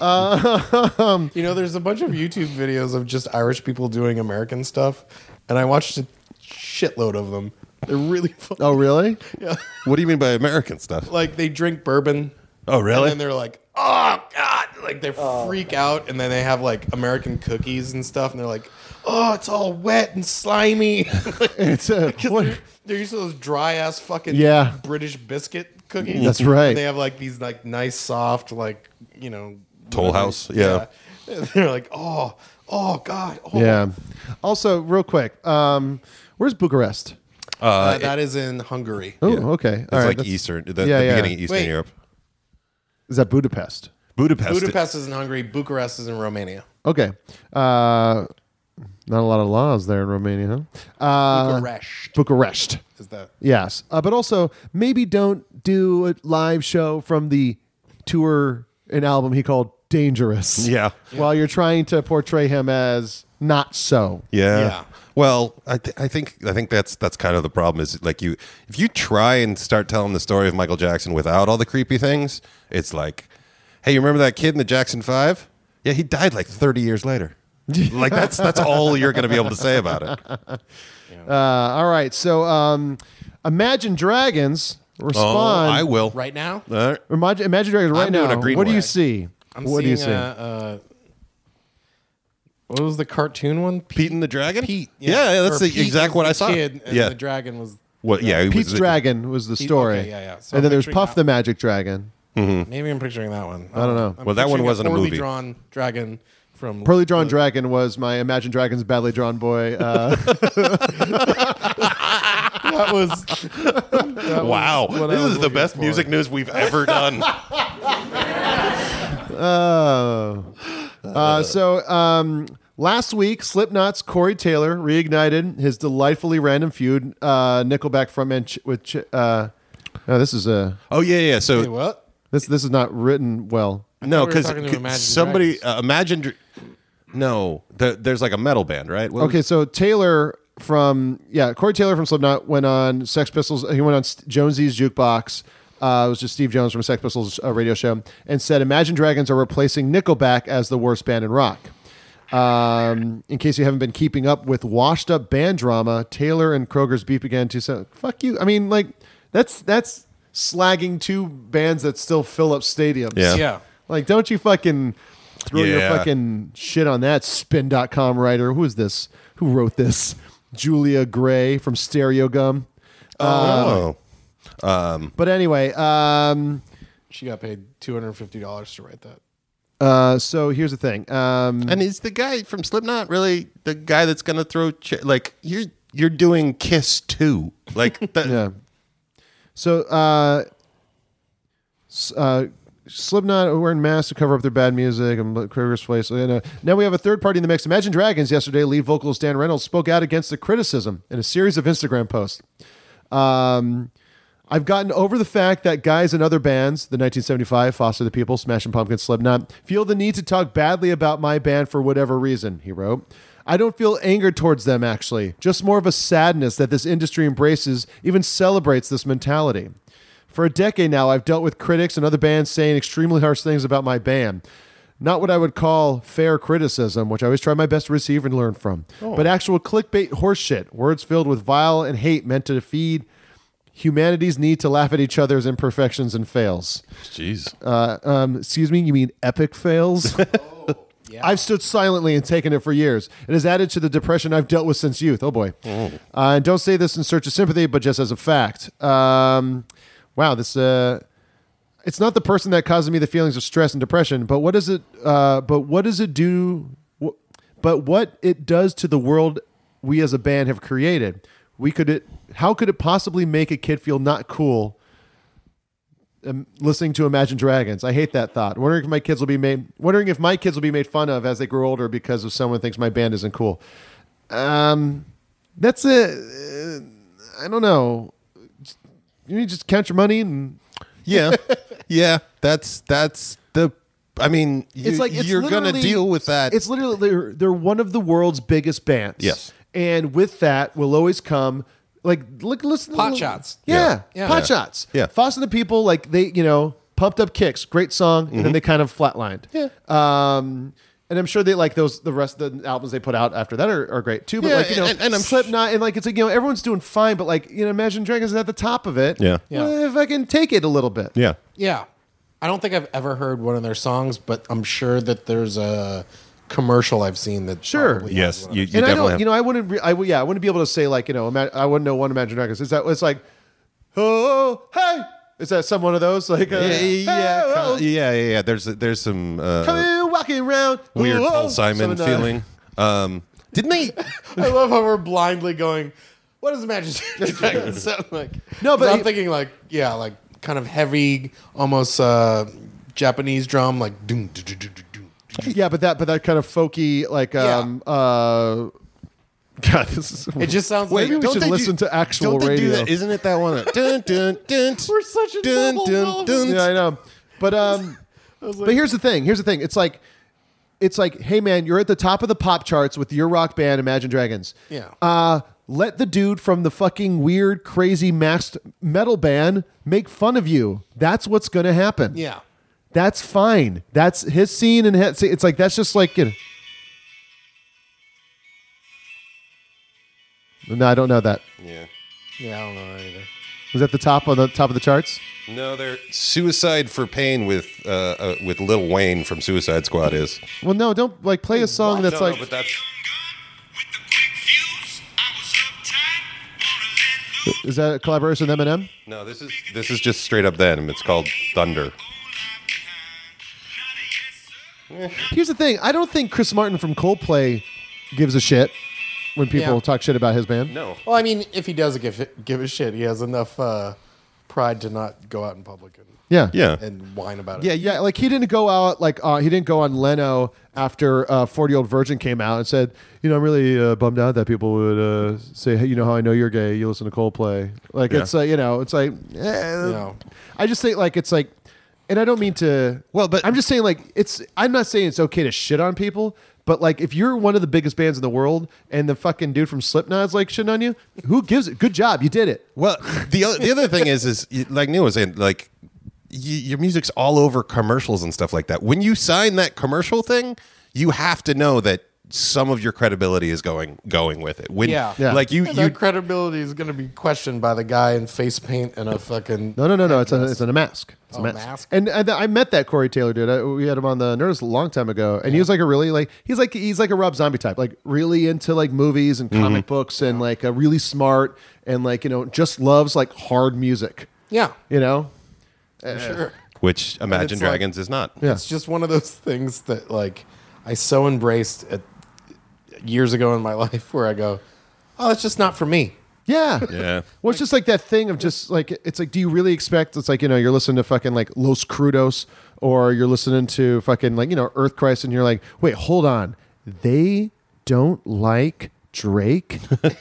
B: Uh.
D: fun.
B: You know, there's a bunch of YouTube videos of just Irish people doing American stuff, and I watched a shitload of them. They're really fun.
E: oh, really?
D: What do you mean by American stuff?
B: Like they drink bourbon.
D: Oh, really?
B: And then they're like, "Oh God!" Like they
E: Oh.
B: freak out, and then they have like American cookies and stuff, and they're like, "Oh, it's all wet and slimy."
E: It's a what,
B: they're, they're used to those dry ass fucking
E: Yeah.
B: British biscuit cookies.
E: That's right.
B: And they have like these like nice soft like you know
D: Toll House, yeah.
B: And They're like oh oh god oh.
E: yeah. Also, real quick, um, where's Bucharest?
B: Uh, that is in Hungary.
E: Oh, okay.
D: It's
E: All right,
D: like
E: that's-
D: Eastern, the,
E: Yeah,
D: the
E: yeah.
D: beginning of Eastern
B: Wait.
D: Europe.
E: Is that Budapest?
D: Budapest.
B: Budapest is in Hungary. Bucharest is in Romania.
E: Okay. Uh, not a lot of laws there in Romania, huh? Uh,
B: Bucharest
E: Bucharest.
B: is the
E: Yes, uh, but also maybe don't do a live show from the tour and album he called Dangerous.
D: Yeah.
E: While you're trying to portray him as not so.
D: Yeah.
B: Yeah.
D: Well, I, th- I think I think that's that's kind of the problem is like you if you try and start telling the story of Michael Jackson without all the creepy things, it's like, hey, you remember that kid in the Jackson Five? Yeah, he died like thirty years later. like that's that's all you're going to be able to say about it.
E: Uh, all right, so um, Imagine Dragons
D: Oh,
E: respond.
D: I will.
B: right now.
D: Uh,
E: Imagine, Imagine Dragons right
D: I'm doing
E: now.
D: a green
E: What do you
D: wave.
E: see?
B: I'm
E: what
B: seeing
E: do you see?
B: Uh, uh, what was the cartoon one?
D: Pete and the Dragon.
B: Pete.
D: Yeah, yeah, that's
B: Or
D: the,
B: Pete
D: exact
B: was
D: what
B: the
D: I saw.
B: Kid and
D: yeah.
B: the dragon was.
D: What? Yeah. it
E: Pete's
D: was-
E: Dragon was the
B: Pete-
E: story.
B: okay, yeah, yeah. So
E: and
B: I'm
E: then there's
B: picturing that
E: Puff the
B: one.
E: Magic Dragon.
D: Hmm.
B: Maybe I'm picturing that one. Um, I don't
E: know.
D: Well, that one wasn't a movie.
B: drawn dragon from
E: Pearly Drawn Dragon was my Imagine Dragons badly drawn boy. Uh,
B: that was
D: Wow.
B: what I
D: This
B: was
D: is the
B: looking
D: best
B: for.
D: music news we've ever done.
E: Oh. Uh, so um, last week, Slipknot's Corey Taylor reignited his delightfully random feud. Uh, Nickelback frontman Ch- with Ch- uh, no, this is a
D: oh yeah, yeah. So
B: Wait, what?
E: this this is not written well.
D: No,
B: thought we were
D: because
B: talking to Imagine
D: somebody uh, Imagine. Dra- no, th- there's like a metal band, right? What
E: Okay,
D: was-
E: so Taylor from yeah, Corey Taylor from Slipknot went on Sex Pistols. He went on St- Jonesy's jukebox. Uh, it was just Steve Jones from Sex Pistols uh, radio show and said, "Imagine Dragons are replacing Nickelback as the worst band in rock." Um, in case you haven't been keeping up with washed up band drama, Taylor and Kroger's beef began to so fuck you. I mean, like that's that's slagging two bands that still fill up stadiums.
D: Yeah.
B: Yeah.
E: Like, don't you fucking throw
D: Yeah.
E: your fucking shit on that spin.com writer. Who is this? Who wrote this? Julia Gray from Stereo Gum. uh,
D: Oh,
E: But anyway, um,
B: She got paid two hundred and fifty dollars to write that.
E: uh, so here's the thing. Um,
D: and is the guy from Slipknot really the guy that's gonna throw ch- like you're you're doing Kiss too? Like the,
E: yeah. So uh, s- uh, Slipknot are wearing masks to cover up their bad music and look- Kroger's place. And, uh, now we have a third party in the mix. Imagine Dragons yesterday lead vocalist Dan Reynolds spoke out against the criticism in a series of Instagram posts. Um, I've gotten over the fact that guys in other bands, the 1975, Foster the People, Smashing Pumpkins, Slipknot, feel the need to talk badly about my band for whatever reason, he wrote. I don't feel anger towards them, actually, just more of a sadness that this industry embraces, even celebrates this mentality. For a decade now, I've dealt with critics and other bands saying extremely harsh things about my band. Not what I would call fair criticism, which I always try my best to receive and learn from, but actual clickbait horseshit, words filled with vile and hate meant to feed humanity's need to laugh at each other's imperfections and fails.
D: Jeez.
E: Um, excuse me, you mean epic fails? I've stood silently and taken it for years. It has added to the depression I've dealt with since youth. Oh boy. Uh, and don't say this in search of sympathy, but just as a fact. Um, wow, this. Uh, it's not the person that causes me the feelings of stress and depression, but what does it? Uh, but what does it do? Wh- but what it does to the world we as a band have created? We could it. How could it possibly make a kid feel not cool um, listening to Imagine Dragons. I hate that thought. Wondering if my kids will be made wondering if my kids will be made fun of as they grow older because of someone thinks my band isn't cool. Um, that's it. Uh, I don't know. You need to just count your money and
D: yeah, yeah. That's that's the. I mean, you,
E: it's like it's
D: you're gonna
E: literally-
D: deal with that.
E: It's literally they're they're one of the world's biggest bands.
D: Yes.
E: and with that will always come like look listen
B: Pot shots.
E: Yeah,
B: Yeah.
E: pot
B: Yeah.
E: shots.
D: Yeah.
E: Foster the People like they you know pumped up kicks, great song, and
D: Mm-hmm.
E: then they kind of flatlined. Yeah. Um, and I'm sure they like those the rest of the albums they put out after that are, are great too. But
D: Yeah,
E: like you know,
D: and- and I'm-
E: Slipknot and like it's like you know everyone's doing fine, but like you know Imagine Dragons is at the top of it.
D: Yeah.
B: Yeah.
E: Well, if I can take it a little bit.
D: yeah.
B: Yeah. I don't think I've ever heard one of their songs, but I'm sure that there's a commercial I've seen that
E: Sure.
B: probably has
D: Yes,
B: one of
D: you, you
B: those.
E: and I
D: definitely.
E: don't,
D: have-
E: you know, I wouldn't, re- I would, yeah, I wouldn't be able to say like, you know, ima- I wouldn't know one Imagine Dragons. Is that it's like, oh, hey, is that some one of those like, uh,
D: yeah,
E: hey,
D: yeah,
E: oh,
D: kind- yeah, yeah, yeah. There's there's some
E: come
D: uh,
E: in, walking around,
D: weird
E: Whoa.
D: Paul Simon
E: Some, uh,
D: feeling. Um, didn't they?
B: I love how we're blindly going, what does Imagine Dragons sound like?
E: No,
B: 'Cause
E: but
B: I'm
E: he-
B: thinking like, yeah, like kind of heavy, almost uh, Japanese drum, like doom, doo, doo, doo, doo, doo.
E: Yeah, but that, but that kind of folky, like,
B: Yeah.
E: um, uh, God, this is.
B: It just sounds
E: Wait,
B: like
E: we should listen to actual
D: don't they
E: radio.
D: Do that? Isn't it that one? that dun, dun, dun,
B: We're such a
D: dun, dun,
B: novel
D: dun,
E: yeah, I know. But um, but here's the thing. Here's the thing. It's like, it's like, hey man, you're at the top of the pop charts with your rock band, Imagine Dragons.
B: Yeah.
E: Uh, let the dude from the fucking weird, crazy masked metal band make fun of you. That's what's gonna happen.
B: yeah.
E: That's fine. That's his scene, and his, it's like that's just like. You know- no, I don't know that.
B: Yeah, I don't know that either.
E: Was that the top on the top of the charts?
D: No, they're Suicide for Pain with uh, uh, with Lil Wayne from Suicide Squad is.
E: Well, no, don't like play a song that's
D: No, no,
E: like.
D: but that's
E: Is that a collaboration with Eminem?
D: no. This is this is just straight up them. It's called Thunder.
E: Here's the thing. I don't think Chris Martin from Coldplay gives a shit when people
B: Yeah.
E: talk shit about his band.
D: No,
B: Well, I mean, if he does give give a shit, he has enough uh, pride to not go out in public and,
E: Yeah.
D: yeah,
B: and whine about it.
E: Yeah, yeah. Like he didn't go out like uh, he didn't go on Leno after uh, Forty Year Old Virgin came out and said, you know, I'm really uh, bummed out that people would uh, say, hey, you know how I know you're gay? You listen to Coldplay. Like
D: Yeah.
E: it's uh, you know, it's like, eh, I just think like it's like, and I don't mean to.
D: Well, but-
E: I'm just saying like it's. I'm not saying it's okay to shit on people. But like, if you're one of the biggest bands in the world, and the fucking dude from Slipknot's like shitting on you, who gives it? Good job, you did it.
D: Well, the other, the other thing is, is you- like Neil was saying, like y- your music's all over commercials and stuff like that. When you sign that commercial thing, you have to know that some of your credibility is going going with it. When,
B: Yeah.
E: Yeah.
D: like you,
B: And
D: you
B: that credibility is going to be questioned by the guy in face paint and a fucking.
E: No, no, no, no. It's a it's a mask. It's
B: Oh,
E: a mask.
B: mask.
E: And I, I met that Corey Taylor dude. I, we had him on the Nerdist a long time ago, and he was like a really like he's like he's like a Rob Zombie type, like really into like movies and comic books, and like a really smart and like you know just loves like hard music.
B: Yeah.
E: You know,
B: Sure.
D: which Imagine
B: it's like-
D: Dragons is not.
E: Yeah.
B: It's just one of those things that like I so embraced at, years ago in my life where I go, oh, that's just not for me.
E: Yeah.
D: Yeah.
E: Well, it's just like that thing of just like it's like, do you really expect? It's like you know, you're listening to fucking like Los Crudos, or you're listening to fucking like you know Earth Christ, and you're like, wait, hold on, they don't like Drake. what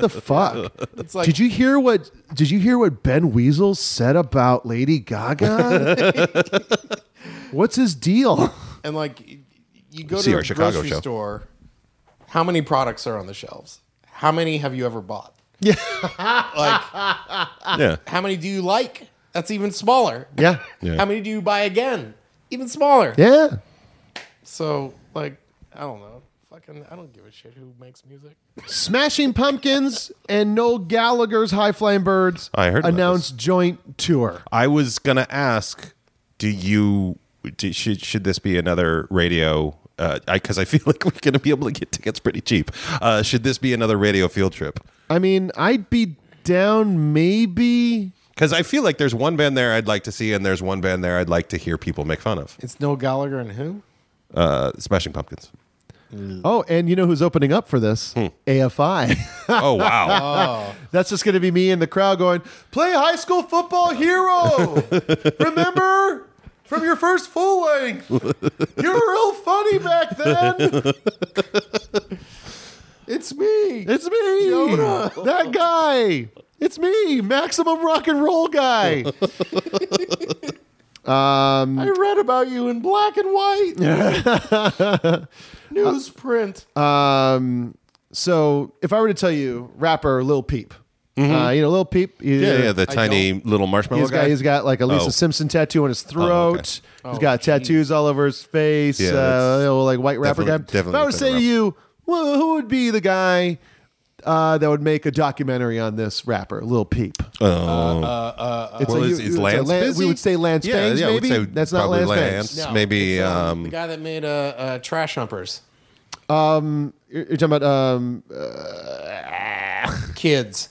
E: the fuck?
B: like-
E: did you hear what? Did you hear what Ben Weasel said about Lady Gaga? What's his deal?
B: And like y- you go
D: See
B: to
D: our
B: a
D: Chicago
B: grocery
D: show.
B: store, how many products are on the shelves? How many have you ever bought?
D: Yeah.
B: How many do you like? That's even smaller.
E: Yeah.
D: Yeah.
B: How many do you buy again? Even smaller.
E: Yeah.
B: So like I don't know. Fucking I don't give a shit who makes music.
E: Smashing Pumpkins and Noel Gallagher's High Flying Birds
D: I heard about
E: announced joint tour.
D: I was gonna ask, do you do, should should this be another radio? Because uh, I, 'cause I feel like we're gonna be able to get tickets pretty cheap. Uh, should this be another radio field trip?
E: I mean, I'd be down maybe.
D: Because I feel like there's one band there I'd like to see, and there's one band there I'd like to hear people make fun of.
B: It's Noel Gallagher and who?
D: Uh, Smashing Pumpkins.
E: Oh, and you know who's opening up for this?
D: Hmm.
E: AFI.
D: Oh wow!
E: That's just going to be me in the crowd going, "Play high school football hero." Remember from your first full length. You were real funny back then.
B: It's me.
E: It's me.
B: Jonah.
E: That guy. It's me, maximum rock and roll guy.
B: I read about you in black and white. Newsprint.
E: Uh, Um, so if I were to tell you rapper Lil Peep, uh, you know Lil Peep, he-
D: Mm-hmm. yeah, yeah, the tiny little marshmallow
E: he's
D: guy.
E: got he's got like a Lisa
D: Oh.
E: Simpson tattoo on his throat. He's got tattoos all over his face.
D: Yeah,
E: uh,
D: that's
E: you know, like white rapper
D: definitely-
E: guy.
D: definitely
E: if I were
D: been
E: to say
D: a
E: to
D: rapper.
E: you, well, who would be the guy uh, that would make a documentary on this rapper, Lil Peep? Oh, it's
D: Well,
E: like
D: is-
E: you-
D: is
E: it's like
D: Lance
E: Lan-
D: busy?
E: We would say Lance
D: Yeah,
E: Bangs,
D: yeah, I would
E: maybe.
D: say
E: That's not
D: probably
E: Lance,
D: Lance.
E: Bangs.
D: No, maybe,
B: it's,
D: um,
B: the guy that made uh, uh, trash humpers
E: You're you're talking about um,
B: kids.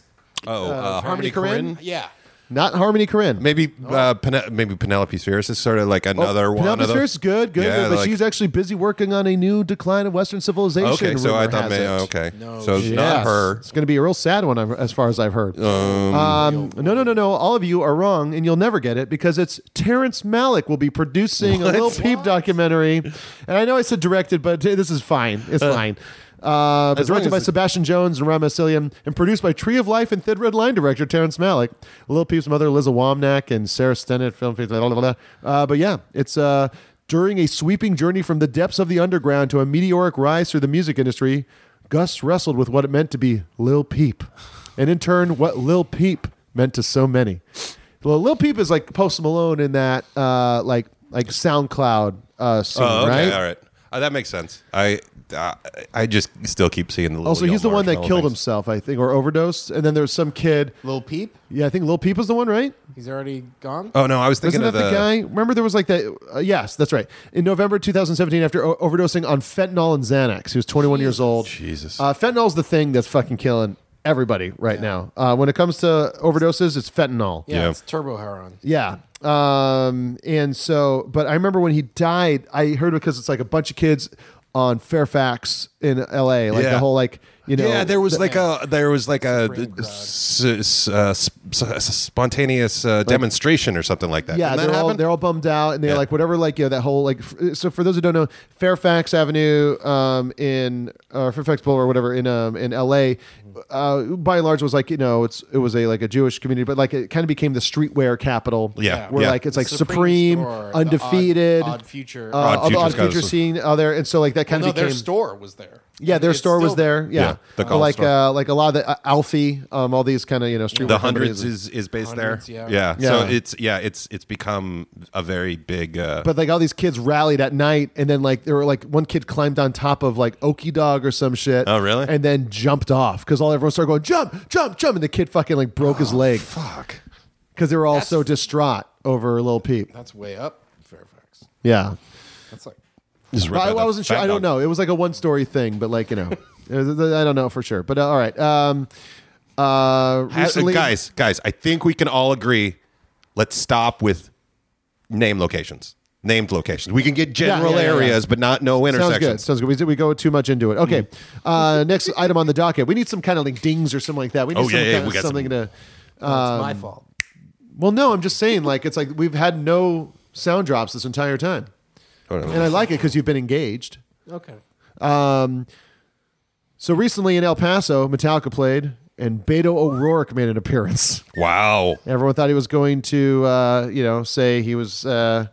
D: oh, uh, Harmony
E: Harmony Korine?
D: Korine?
B: Yeah,
E: not Harmony Korine.
D: Maybe uh, Pene- maybe Penelope Spheris is sort of like another one.
E: Oh, Penelope
D: of those-
E: Spheres is good, good,
D: Yeah,
E: good, but
D: like-
E: she's actually busy working on a new decline of Western civilization.
D: okay. So I
E: rumor
D: thought
E: has
D: maybe
E: it.
D: okay.
B: No
D: so
B: shit.
D: not
E: Yes.
D: her.
E: It's going to be a real sad one, I've- as far as I've heard. Um, no, no, no, no. All of you are wrong, and you'll never get it because it's Terrence Malick will be producing a little peep documentary. And I know I said directed, but hey, this is fine. It's fine. Uh, but
D: as long
E: directed
D: as
E: by
D: it-
E: Sebastian Jones and Ram Massilian and produced by Tree of Life and Thin Red Line director Terrence Malick, Lil Peep's mother Liza Womnack, and Sarah Stennett. Film, blah, blah, blah, blah. Uh, but yeah, it's uh, during a sweeping journey from the depths of the underground to a meteoric rise through the music industry. Gus wrestled with what it meant to be Lil Peep, and in turn, what Lil Peep meant to so many. Well, Lil Peep is like Post Malone in that, uh, like like SoundCloud uh, scene,
D: Oh, okay,
E: right?
D: all right. Uh, that makes sense. I uh, I just still keep seeing the. Little
E: Also, Oh, he's the
D: yellow
E: one that
D: marshmallow
E: killed
D: things.
E: himself, I think, or overdosed. And then there's some kid.
B: Lil Peep.
E: Yeah, I think Lil Peep was the one, right?
B: He's already gone.
D: Oh no, I was thinking
E: Wasn't that
D: of
E: the,
D: the,
E: guy? Remember, there was like that. Uh, yes, that's right. In November 2017, after o- overdosing on fentanyl and Xanax, he was 21 years old.
D: Jesus.
E: Uh, fentanyl's the thing that's fucking killing everybody right now. Uh, when it comes to overdoses, it's fentanyl.
B: yeah,
D: yeah.
B: it's Turbo Heron.
E: Yeah. Um, and so, but I remember when he died, I heard because it's like a bunch of kids on Fairfax in LA, like the
D: Yeah.
E: whole, like, you know,
D: yeah, there was like a there was like a
B: Supreme God.
D: s- s- uh, s- s- spontaneous uh, demonstration or something like that.
E: Yeah,
D: Didn't that
E: they're all
D: happen?
E: they're all bummed out, and they're
D: Yeah.
E: like whatever, like you know that whole like. F- so for those who don't know, Fairfax Avenue, um, in uh, Fairfax Boulevard or whatever in um in L.A., uh, by and large was like you know it's it was a like a Jewish community, but like it kind of became the streetwear capital.
D: Yeah,
E: where
D: yeah.
E: like it's
D: The
E: like Supreme,
B: Store, the
E: undefeted,
B: Odd, Odd Future.
E: uh,
D: Odd
E: all the
D: Future's
E: odd
D: got
E: future
D: this-
E: scene out there, and so like that kind
B: no,
E: of became
B: their store was there.
E: yeah, their
B: It's
E: store was
B: still-
E: there. Yeah. yeah.
D: The
E: Or
D: golf
E: like
D: store.
E: uh, like a lot of the uh, Alfie, um, all these kind of you know street
D: the hundreds is is based
B: Hundreds,
D: there.
B: yeah.
D: So
E: Yeah.
D: it's yeah, it's it's become a very big. Uh,
E: but like all these kids rallied at night and then like there were like one kid climbed on top of like Okie Dog or some shit.
D: Oh, really?
E: And then jumped off because all everyone started going jump, jump, jump, and the kid fucking like broke his leg
D: Oh, fuck.
E: because they were all so distraught over Lil Peep.
B: That's way up Fairfax.
E: Yeah,
B: That's like
D: Just right
E: I,
D: by the
E: I wasn't sure.
D: fat
E: I don't
D: dog.
E: know. It was like a one story thing, but like you know, it was- I don't know for sure. But uh, all right, um, uh,
D: As-
E: recently,
D: guys, guys, I think we can all agree. Let's stop with name locations, named locations. We can get
E: yeah,
D: general
E: yeah, yeah.
D: areas, but not no
E: Sounds good.
D: intersections.
E: Sounds good. We, we go too much into it. Okay.
D: Mm-hmm.
E: Uh, next item on the docket. We need some kind of like dings or something like that. We need
D: Oh, yeah,
E: some
D: yeah,
E: kind of
D: we got
E: something
D: some-
E: to.
B: that's
E: Um,
B: my fault.
E: Well, no, I'm just saying. Like it's like we've had no sound drops this entire time, and I like it because you've been engaged.
B: Okay.
E: So recently in El Paso, Metallica played, and Beto O'Rourke made an appearance.
D: Wow.
E: Everyone thought he was going to, uh, you know, say he was, uh,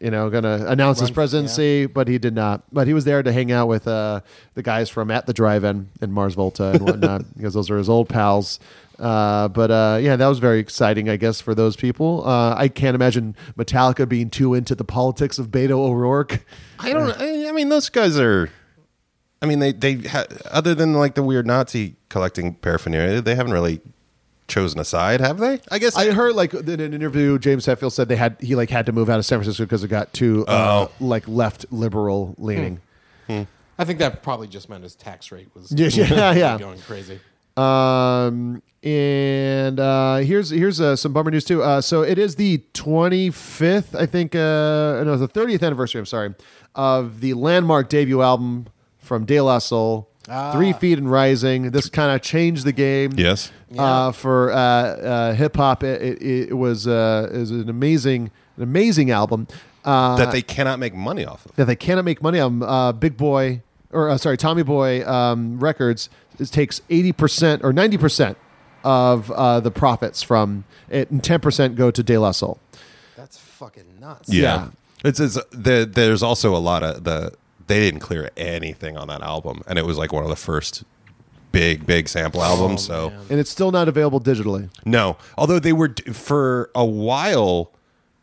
E: you know, going to announce his
B: Run-
E: presidency, but he did not. But he was there to hang out with uh, the guys from at the drive-in and Mars Volta and whatnot, because those are his old pals. Uh, but uh, yeah, that was very exciting, I guess, for those people. Uh, I can't imagine Metallica being too into the politics of Beto O'Rourke.
D: I don't. I, I mean, those guys are. I mean, they they ha, other than like the weird Nazi collecting paraphernalia, they haven't really chosen a side, have they? I guess.
E: I heard like in an interview, James Hetfield said they had he like had to move out of San Francisco because it got too
D: Oh.
E: uh, like left liberal leaning.
B: I think that probably just meant his tax rate was
E: Yeah, yeah, yeah.
B: going crazy.
E: Um, and uh, here's here's uh, some bummer news too. Uh, so it is the 25th, I think. Uh, no, the 30th anniversary. I'm sorry, of the landmark debut album from De La Soul, Three Feet and Rising. This kind of changed the game.
D: yes.
E: Uh, for uh, uh, hip hop, it, it, it was uh, is an amazing, an amazing album. Uh,
D: that they cannot make money off of.
E: that they cannot make money on. Uh, Big Boy, or uh, sorry, Tommy Boy um, Records is, takes 80% or 90% of uh, the profits from it, and 10% go to De La Soul.
B: That's fucking nuts.
E: Yeah.
D: It's, it's there, there's also a lot of the they didn't clear anything on that album, and it was like one of the first big big sample albums. so
E: And it's still not available digitally.
D: no, although they were d- for a while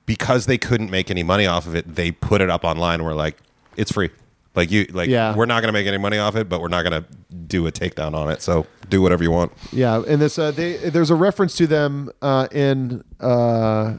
D: because they couldn't make any money off of it, they put it up online. And we're like, it's free. Like you, like
E: Yeah.
D: we're not gonna make any money off it, but we're not gonna do a takedown on it. So do whatever you want.
E: Yeah. And this, uh, they, there's a reference to them uh, in. Uh,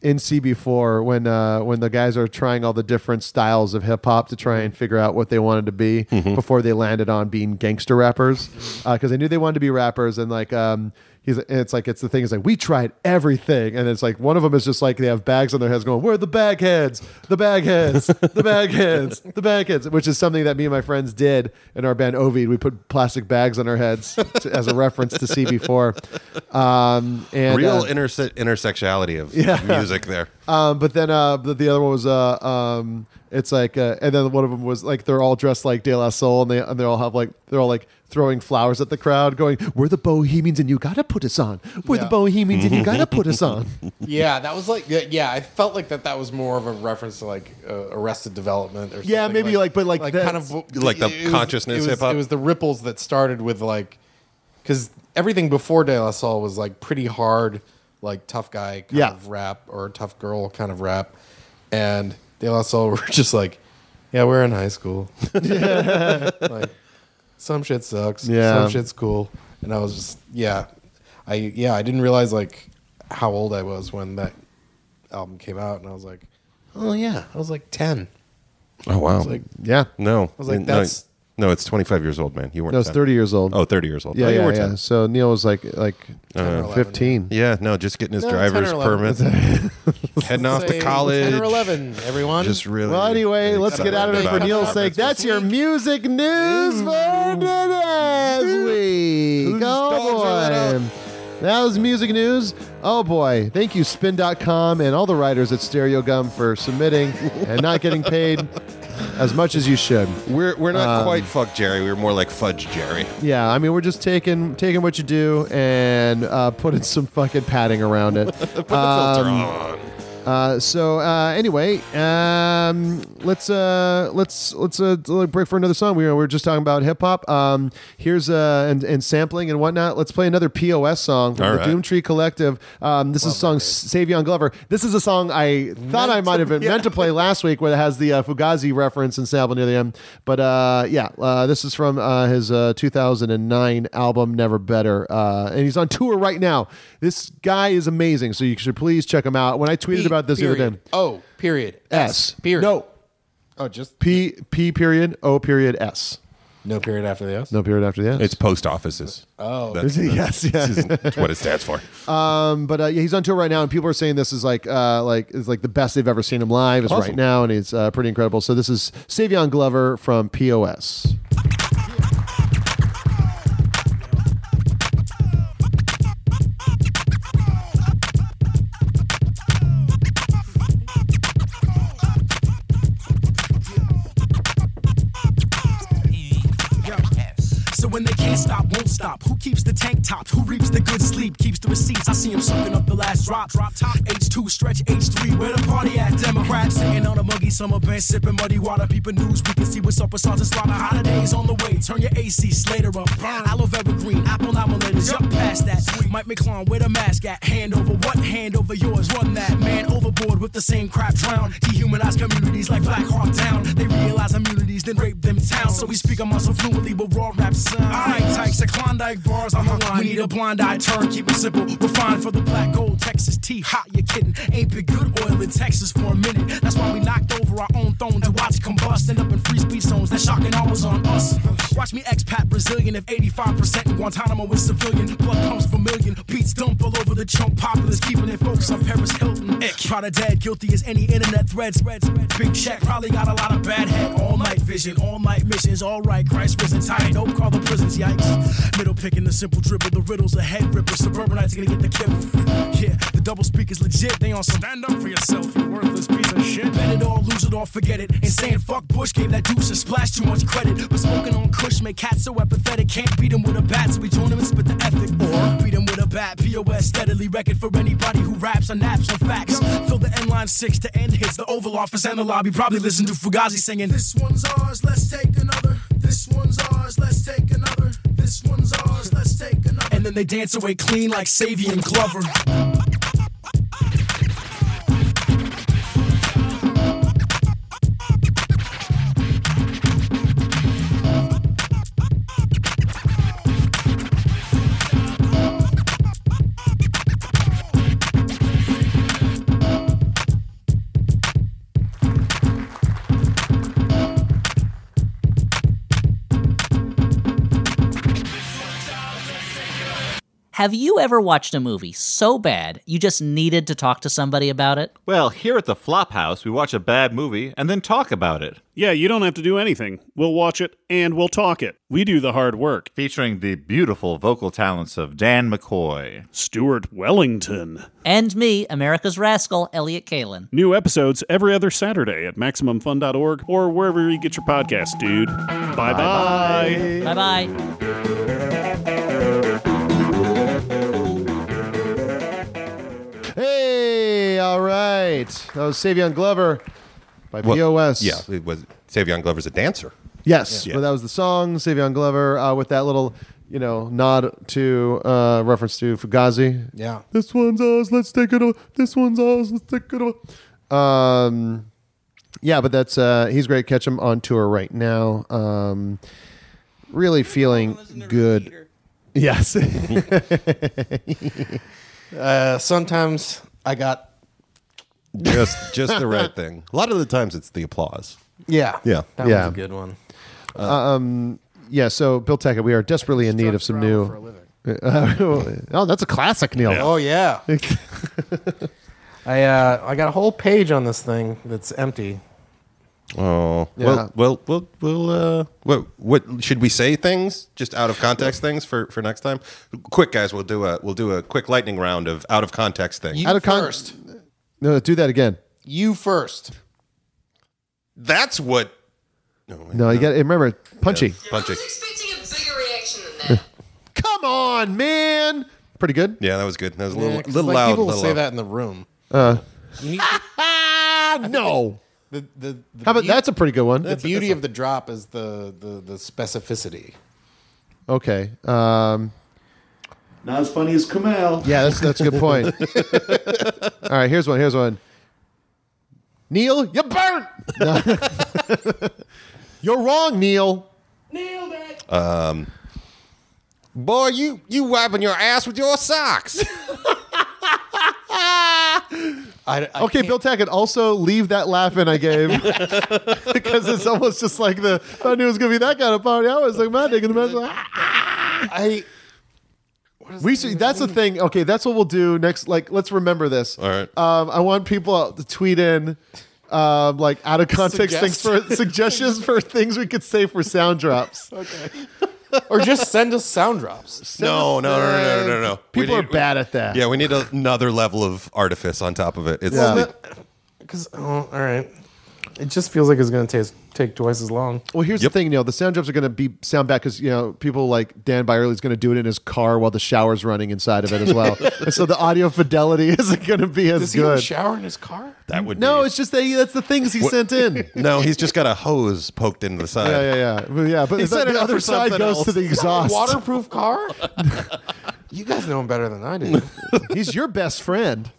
E: in CB4, when uh, when the guys are trying all the different styles of hip hop to try and figure out what they wanted to be before they landed on being gangster rappers, because they knew they wanted to be rappers, and like um, he's and it's like it's the thing is like we tried everything, and it's like one of them is just like they have bags on their heads going, we're the bag heads, the bag heads, the bag heads, the bag heads, which is something that me and my friends did in our band Ovid. We put plastic bags on our heads to, as a reference to CB4. Um, and
D: Real
E: uh,
D: interse- intersectionality of music there.
E: um, but then uh, the, the other one was uh, um, it's like, uh, and then one of them was like they're all dressed like De La Soul, and they and they all have like they're all like throwing flowers at the crowd, going, "We're the Bohemians, and you gotta put us on. We're the
B: Yeah.
E: Bohemians, and you gotta put us on."
B: Yeah, that was like yeah, yeah, I felt like that that was more of a reference to like uh, Arrested Development or
E: Yeah,
B: something
E: maybe, like, but, like,
B: kind
E: that's-
B: of
D: Like the
B: it was-
D: consciousness
B: it was-
D: hip-hop?
B: It was the ripples that started with like because everything before De La Soul was like pretty hard, like tough guy kind
E: Yeah.
B: of rap or tough girl kind of rap, and De La Soul were just like, yeah, we're in high school, like some shit sucks,
E: Yeah.
B: some shit's cool, and I was just yeah, I yeah I didn't realize like how old I was when that album came out, and I was like, oh yeah, I was like ten.
D: Oh wow!
B: Like
E: Yeah,
D: no, I
B: was like, that's-
D: no, no, it's 25 years old, man. You weren't.
E: no, it's
D: 10.
E: thirty years old.
D: Oh, 30 years old.
E: yeah,
D: oh, you
E: yeah,
D: were Uh,
E: yeah.
D: 10.
E: So Neil was like like
B: 11,
E: fifteen.
D: Yeah, no, just getting his
B: No, 10 or
D: driver's
B: 11.
D: permit, heading off
B: Say
D: to college.
B: ten or eleven. Everyone,
D: Just really.
E: Well, anyway,
D: really
E: let's get out of it
D: excited
E: for
D: about
E: Neil's
D: it.
E: sake. That's your music news for this week.
D: Whose dogs are that
E: Oh,
D: out?
E: boy. That was music news. Oh, boy. Thank you, spin.com and all the writers at Stereo Gum for submitting and not getting paid as much as you should.
D: We're, we're not quite fuck Jerry. We're more like fudge Jerry.
E: Yeah, I mean, we're just taking taking what you do and uh, putting some fucking padding around it.
D: Um, Put the filter on.
E: Uh, so uh, anyway, um, let's uh, let's let's uh, do a break for another song. We were, we were just talking about hip hop. Um, here's uh, and, and sampling and whatnot. Let's play another POS song from
D: All
E: the
D: right.
E: Doomtree Collective. Um, this is a song S- "Save Young Glover." This is a song I thought I might have been meant to play last week, where it has the uh, Fugazi reference and sample near the end. But uh, yeah, uh, this is from uh, his uh, 2009 album "Never Better," uh, and he's on tour right now. This guy is amazing, so you should please check him out. When I tweeted about this the other
B: period.
E: day.
B: O period S,
E: S.
B: period.
E: No.
B: Oh, just
E: P P period O period S.
B: no period after the S.
E: No period after the S.
D: It's post offices. Oh, that's,
E: yes, yes.
D: that's what it stands for.
E: but uh, yeah, he's on tour right now, and people are saying this is like uh, like is like the best they've ever seen him live is right
D: Awesome.
E: now, and it's uh, pretty incredible. So this is Savion Glover from POS.
J: So when they can't stop, won't stop. Who keeps the tank tops? Who reaps the good sleep? Keeps the receipts. I see him soaking up the last drop. Drop top H2, stretch H3. Where the party at? Democrats sitting on a muggy summer bench, sipping muddy water. Peeping news, we can see what's up with Sergeant Slaughter. Holidays on the way. Turn your AC Slater up. Burn. Aloe vera green, apple nominators. Up past that. Sweet. Mike McClung with a mask at. Hand over what? Hand over yours. Run that man overboard with the same crap drown. Dehumanize communities like Black Hawk Down. They realize immunities, then rape them towns. So we speak a muscle fluently, but raw rap sound. Alright, types of Klondike bars on the line. Uh-huh. We need a blind eye turn, keep it simple. Refined for the black gold, Texas tea. Hot, you kidding. Ain't been good oil in Texas for a minute. That's why we knocked over our own throne and watch it combust. End up in free speech zones. That shocking always on us. Watch me expat Brazilian if 85% in Guantanamo is civilian. Blood pumps for million. Beats dump all over the chump populace, keeping it focused on Paris Hilton. Ick. Proud of dead, guilty as any internet thread. Spread, spread. Big check, probably got a lot of bad head. All night vision, all night missions. All right, Christ risen tight. Don't call the prisons, yikes. Middle picking the simple dribble, the riddles a head ripper. Suburbanites gonna get the kibble. Yeah, the double speak is legit. They on some stand up for yourself, you worthless piece of shit. Bet it all, lose it all, forget it. And saying fuck Bush gave that deuce a splash too much credit. But smoking on Kush make cats so apathetic. Can't beat them with a bat, so we join them and spit the ethic. Or beat them with a bat. POS steadily record for anybody who raps on naps on facts. Fill the end line six to end hits. The Oval Office and the lobby probably listen to Fugazi singing. This one's ours, let's take another. This one's ours, let's take another. This one's ours, let's take another. And then they dance away clean like Savian Glover.
K: Have you ever watched a movie so bad you just needed to talk to somebody about it?
L: Well, here at the Flophouse, we watch a bad movie and then talk about it,
J: Yeah, you don't have to do anything. We'll watch it and we'll talk it. We do the hard work.
L: featuring the beautiful vocal talents of Dan McCoy.
J: Stuart Wellington.
K: And me, America's Rascal, Elliot Kalin.
J: New episodes every other Saturday at MaximumFun.org or wherever you get your podcast, dude. Bye bye.
K: Bye bye.
E: Hey, all right, that was Savion Glover by
D: Well,
E: POS.
D: Yeah, it was Savion Glover's a dancer.
E: Yes, but that was the song Savion Glover uh, with that little you know nod to uh, reference to Fugazi.
B: Yeah.
E: This one's ours. Let's take it over. This one's ours. Let's take it over. Um, yeah, but that's uh, he's great. Catch him on tour right now. Um, really feeling good. Yes.
B: Uh, sometimes I got
D: Just just the right thing. A lot of the times it's the applause.
B: yeah
D: Yeah.
B: That
E: Yeah.
B: was a good one.
E: yeah. So Bill Tackett, we are desperately in need of some new. oh, that's a classic, Neil.
B: Oh yeah. I uh, I got a whole page on this thing that's empty.
D: Oh,
E: Yeah.
D: well, well, well, well. Uh, what, what should we say? Things just out of context things for for next time. Quick guys, we'll do a we'll do a quick lightning round of out of context things.
B: You
E: Out of con-
B: first.
E: No, do that again.
B: You first.
D: That's what.
E: No, you got to remember punchy.
D: Punchy.
F: expecting a bigger reaction than that.
E: Come on, man. Pretty good.
D: Yeah, that was good. That was a
B: Yeah,
D: little
B: 'cause,
D: little
B: like,
D: loud.
B: People will
D: little
B: say
D: loud.
B: that in the room. You need-
E: no.
B: The, the, the
E: How about- that's a pretty good one.
B: The
E: That's a-
B: beauty
E: that's
B: of the drop is the the, the specificity.
E: Okay. Um,
C: Not as funny as Kumail.
E: yeah, that's that's a good point. All right, here's one. Here's one. Neil, you burnt. No. You're wrong, Neil.
D: Um, boy, you you wiping your ass with your socks.
E: okay, Bill Tackett. Also, leave that laugh in I gave because it's almost just like the. if I knew it was gonna be that kind of party. I was like, my nigga, the man's like,
B: I.
E: We should. That's the thing. Okay, that's what we'll do next. Like, let's remember this. All
D: right.
E: Um, I want people to tweet in, um, like out of context
B: Suggest-
E: things for suggestions for things we could say for sound drops.
B: Okay. or just send us sound drops.
D: No, no, no, no, no, no, no. We
E: People are
D: need-
E: bad at that.
D: Yeah, we need another level of artifice on top of it. It's
E: Yeah.
D: the-
B: Because oh, all right, it just feels like it's going to take twice as long.
E: Well, here's the thing, Neil. The sound drops are going to be sound bad because you know people like Dan Byerly is going to do it in his car while the shower's running inside of it as well, and so the audio fidelity isn't going to be as
B: Does he
E: good.
B: have a shower in his car?
D: that would
E: no, it's just that he, that's the things he
D: What-
E: sent in.
D: no. He's just got a hose poked into the side.
E: Yeah, yeah, yeah, But yeah. But
D: He
E: the,
D: set it
E: the
D: up
E: other
D: for
E: side
D: something
E: goes to
D: else.
E: the exhaust.
B: Waterproof car? you guys know him better than I do.
E: He's your best friend.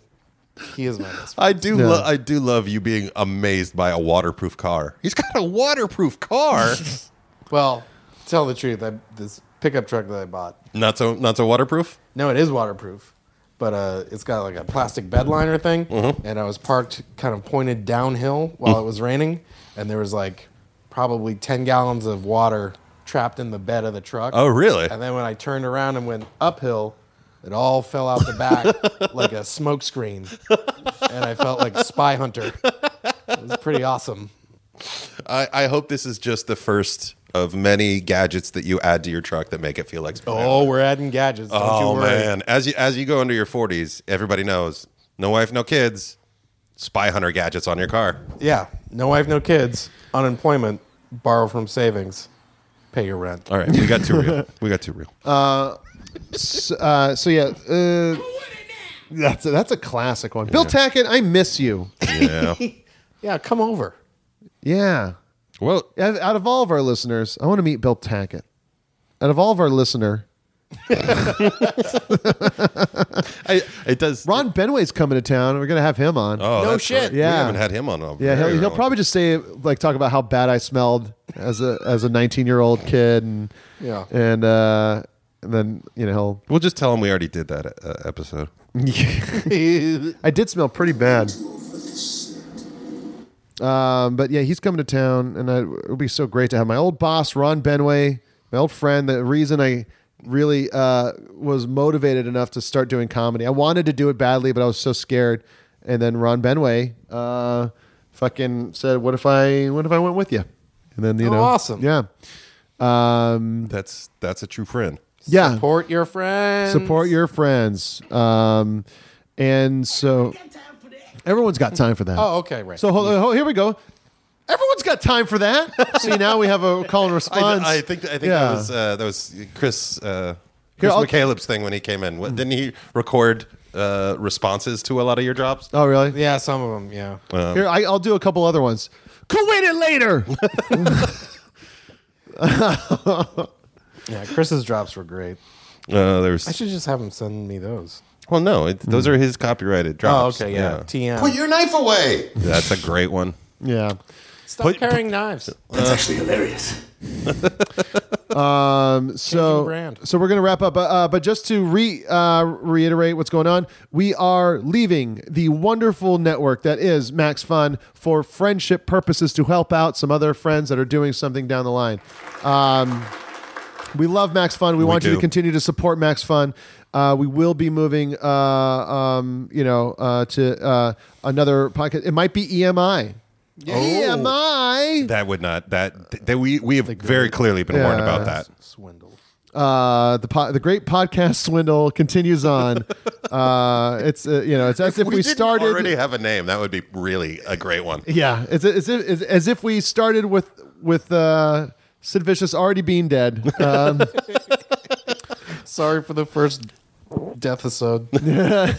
B: He is my best.
D: I do.
E: No.
D: Lo- I do love you being amazed by a waterproof car. He's got a waterproof car.
B: Well, to tell the truth, I, this pickup truck that I bought.
D: not so. Not so waterproof.
B: No, it is waterproof, but uh, it's got like a plastic bedliner thing,
D: Mm-hmm.
B: and I was parked kind of pointed downhill while it was raining, and there was like probably ten gallons of water trapped in the bed of the truck.
D: Oh, really?
B: And then when I turned around and went uphill, it all fell out the back like a smoke screen, and I felt like Spy Hunter. It was pretty awesome.
D: I, I hope this is just the first of many gadgets that you add to your truck that make it feel like.
B: Oh, we're adding gadgets. Don't
D: Oh,
B: you worry.
D: man! As you as you go into your forties, everybody knows no wife, no kids. Spy hunter gadgets on your car.
B: Yeah. No wife, no kids. Unemployment. Borrow from savings. Pay your rent.
D: All right, we got too real. We got too real.
E: So, uh, so yeah, uh, that's a, that's a classic one. Bill Tackett, I miss you.
D: Yeah.
B: Yeah, come over.
E: Yeah.
D: Well,
E: Out out of all of our listeners, I want to meet Bill Tackett. Out of all of our listener,
D: I, it does.
E: Ron Benway's coming to town. We're gonna have him on.
D: Oh,
B: No
D: that's
B: shit.
D: right. We
E: Yeah.
D: haven't had him on. a very
E: yeah, he'll, he'll
D: long
E: probably just say like talk about how bad I smelled as a as a 19 year old kid, and
B: Yeah.
E: and uh, and then you know he'll
D: We'll just tell him we already did that uh, episode.
E: I did smell pretty bad. Um, but yeah, he's coming to town, and I, it would be so great to have my old boss, Ron Benway, my old friend. The reason I really uh, was motivated enough to start doing comedy, I wanted to do it badly, but I was so scared. And then Ron Benway uh, fucking said, "What if I? What if I went with you?" And then you
B: Oh,
E: know,
B: awesome.
E: yeah, um,
D: That's that's a true friend.
E: yeah. Support,
B: Support your friends.
E: your friends, um, and so everyone's got time for that.
B: Oh, okay, right.
E: So hold, oh, here we go. Everyone's got time for that. See, now we have a call and response.
D: I, I think I think that was uh, that was Chris uh,
E: Here,
D: Chris
E: I'll-
D: McCaleb's thing when he came in. What, didn't he record uh, responses to a lot of your drops?
E: oh, really?
B: yeah, some of them. Yeah.
E: Here, I, I'll do a couple other ones. Kuwait it later.
B: Yeah. Chris's drops were great.
D: Uh,
B: I
D: there's
B: should just have him send me those.
D: well, no, it, those are his copyrighted drops.
B: Oh, okay. Yeah. TM.
D: Put your knife away. That's a great one.
E: yeah.
B: Stop carrying knives.
H: That's actually hilarious.
E: Um, so,
B: Changing brand.
E: so we're gonna wrap up. Uh, uh, but just to re uh, reiterate what's going on, we are leaving the wonderful network that is Max Fun for friendship purposes to help out some other friends that are doing something down the line. Um, we love Max Fun. We, want you to
D: do.
E: continue to support Max Fun. Uh, we will be moving, uh, um, you know, uh, to uh, another podcast. It might be E EMI. E EMI.
D: That would not that that we we have very clearly been warned about that.
B: Swindle.
E: uh, the po- the great podcast swindle continues on. uh, it's uh, you know it's as if, we,
D: didn't
E: started.
D: already have a name. That would be really a great one.
E: yeah, it's, it's, it's as if we started with with uh, Sid Vicious already being dead. Um,
B: Sorry for the first death episode.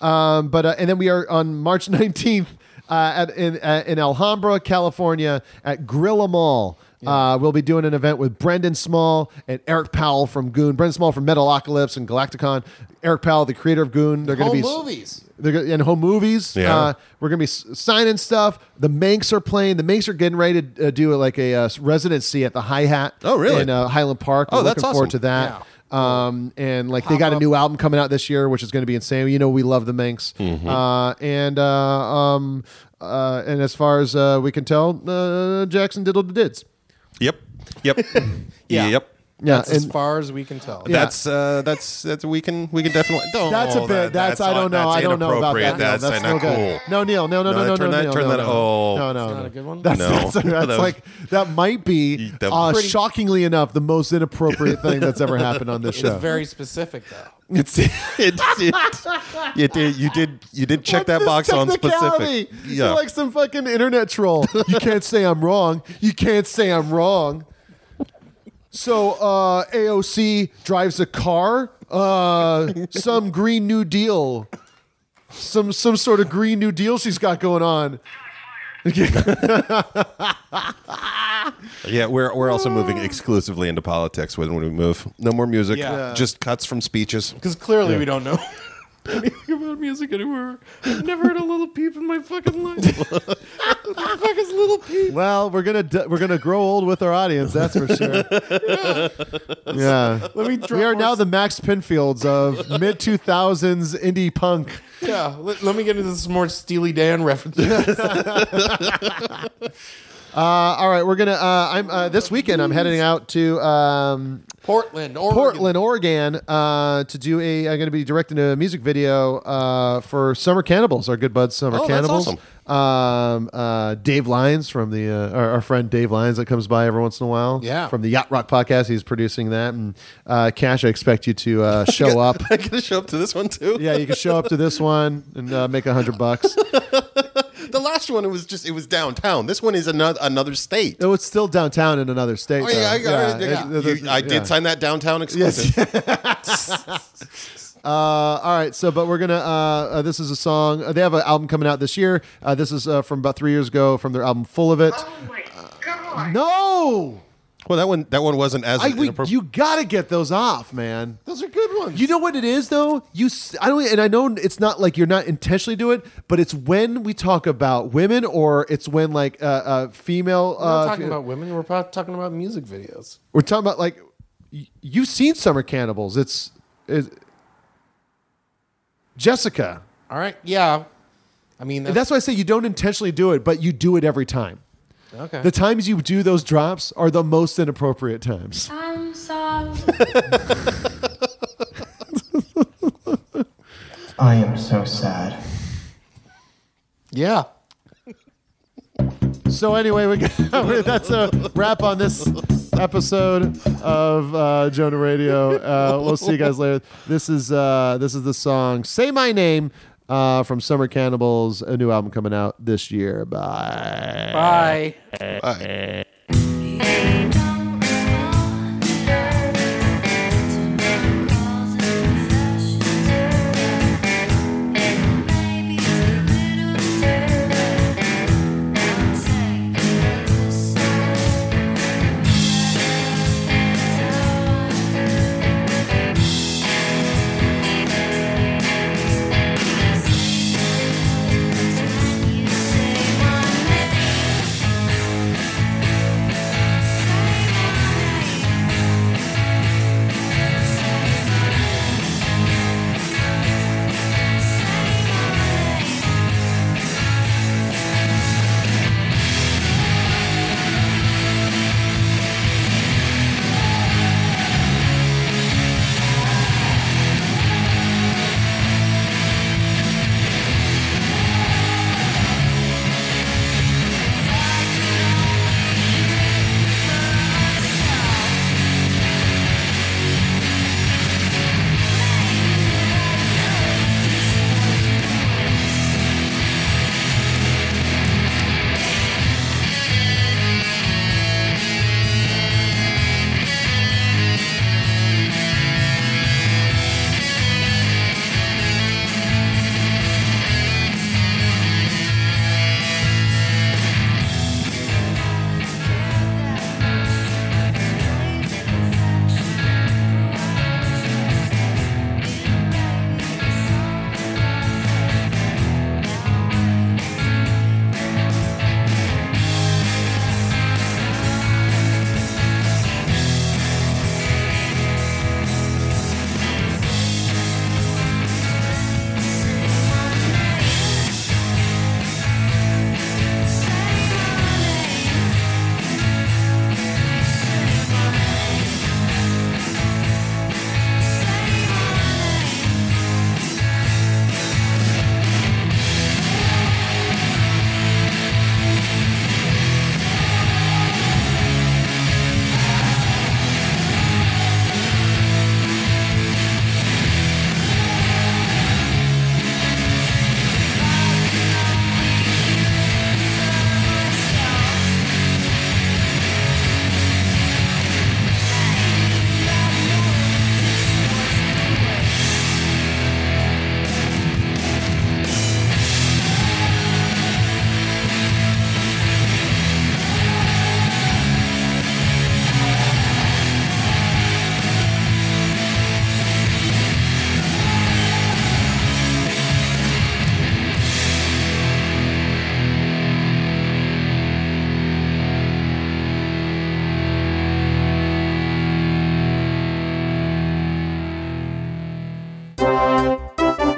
E: um, but uh, and then we are on March 19th uh, at in uh, in Alhambra, California, at Grilla Mall. Uh, we'll be doing an event with Brendan Small and Eric Powell from Goon. Brendan Small from Metalocalypse and Galacticon. Eric Powell, the creator of Goon. They're going to
B: Home
E: be
B: movies.
E: They're go- and home movies.
D: Yeah.
E: Uh, we're gonna be s- signing stuff. The Manx are playing. The Manx are getting ready to uh, do like a uh, residency at the Hi Hat. Oh,
D: really?
E: In uh, Highland Park.
D: Oh,
E: We're
D: that's
E: looking forward
D: awesome.
E: to that. Um, and like they got a new album coming out this year, which is going to be insane. You know, we love the Manx.
D: Mm-hmm.
E: Uh, and uh, um, uh, and as far as uh, we can tell, uh, Jackson diddled the dids.
D: Yep. Yep.
E: Yeah.
D: Yep.
E: Yeah,
B: That's as
E: and-
B: far as we can tell.
E: Yeah.
D: That's uh, that's that's we can we can definitely. No,
E: That's a bit.
D: Oh, that-
E: that's, I don't know.
D: that's
E: I don't know about
D: inappropriate.
E: that.
D: That's,
E: no, that's
D: not
E: no
D: cool.
E: good. No, Neil. No, no, no,
D: No,
E: no,
D: turn
E: no,
D: that-
E: no,
D: turn
E: no,
D: that-
E: no.
D: oh.
E: No, no,
D: That's
E: no.
B: not a good one?
E: That's,
D: No.
E: that's, that's
D: That was-
E: like that might be
D: That-
E: uh,
D: Pretty-
E: shockingly enough the most inappropriate thing that's ever happened on this
B: It's
E: show.
B: very specific though.
D: It's it, it, you did you did you did check that box on specific.
E: Yeah. You're like some fucking internet troll. you can't say I'm wrong. You can't say I'm wrong. So uh, AOC drives a car. Uh, some Green New Deal. Some some sort of Green New Deal she's got going on.
D: Yeah, we're we're also moving
E: uh,
D: exclusively into politics when we move. No more music.
B: Yeah.
D: Just cuts from speeches.
B: Because clearly we don't know anything about music anywhere. I've never heard a little peep in my fucking life. what the fuck is little peep?
E: Well, we're gonna d- we're gonna grow old with our audience. That's for sure. yeah.
B: Let me drop
E: We are
B: more
E: now the Max Pinfields of mid two thousands indie punk.
B: Yeah, let, let me get into some more Steely Dan references.
E: Uh, all right, we're gonna. Uh, I'm uh, this weekend. I'm heading out to um,
B: Portland, Oregon.
E: Portland, Oregon, uh, to do a. I'm gonna be directing a music video uh, for Summer Cannibals. Our good buds, Summer
D: Oh, that's
E: Cannibals. Um, uh, Dave Lyons from the uh, our, our friend Dave Lyons that comes by every once in a while.
B: Yeah.
E: from the Yacht Rock podcast, he's producing that. And uh, Cash, I expect you to uh, show up.
D: I gotta show up to this one too.
E: yeah, you can show up to this one and uh, make a hundred bucks.
D: The last one it was just it was downtown. This one is another another state.
E: Oh, it's still downtown in another state.
D: Oh, yeah, I,
E: though.
D: got it.
E: Yeah, it-
D: You- I did
E: yeah.
D: sign that downtown exclusive.
E: Uh, all right, so but we're gonna. Uh, uh, this is a song. Uh, they have an album coming out this year. Uh, this is uh, from about three years ago from their album Full of It. No,
D: Well, that one that one wasn't as
E: I, we,
D: inappropri-
E: you gotta get those off, man.
B: Those are good ones.
E: You know what it is though. You, s- I don't, and I know it's not like you're not intentionally doing it, but it's when we talk about women, or it's when like uh, uh, female.
B: We're not
E: uh,
B: talking
E: fe-
B: about women. We're about talking about music videos.
E: We're talking about like y- you've seen Summer Cannibals. It's, it's Jessica.
B: All right. Yeah. I mean,
E: And
B: that's,
E: that's why I say you don't intentionally do it, but you do it every time.
B: okay.
E: The times you do those drops are the most inappropriate times.
M: I'm sorry.
H: I am so sad.
B: yeah.
E: So anyway, we got, that's a wrap on this episode of uh, Jonah Radio. Uh, we'll see you guys later. This is uh, this is the song "Say My Name" uh, from Summer Cannibals, a new album coming out this year. Bye.
B: Bye.
M: Say my name.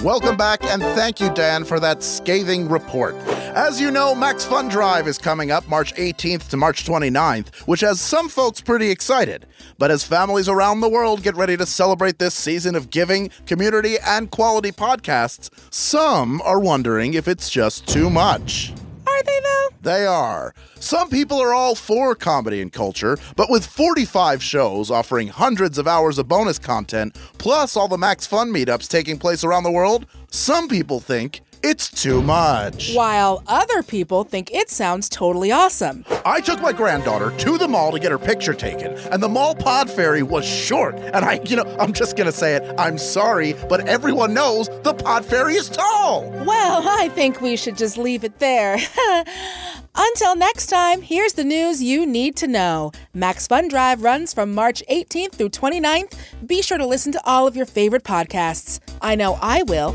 J: Welcome back, and thank you, Dan, for that scathing report. As you know, Max Fun Drive is coming up March 18th to March 29th, which has some folks pretty excited. But as families around the world get ready to celebrate this season of giving, community, and quality podcasts, some are wondering if it's just too much. Are they though? They are. Some people are all for comedy and culture, but with 45 shows offering hundreds of hours of bonus content, plus all the Max Fun meetups taking place around the world, some people think it's too much.
G: While other people think it sounds totally awesome.
J: I took my granddaughter to the mall to get her picture taken, and the mall pod ferry was short. And I, you know, I'm just gonna say it. I'm sorry, but everyone knows the pod ferry is tall.
G: Well, I think we should just leave it there. Until next time, here's the news you need to know. Max Fun Drive runs from March 18th through 29th. Be sure to listen to all of your favorite podcasts. I know I will.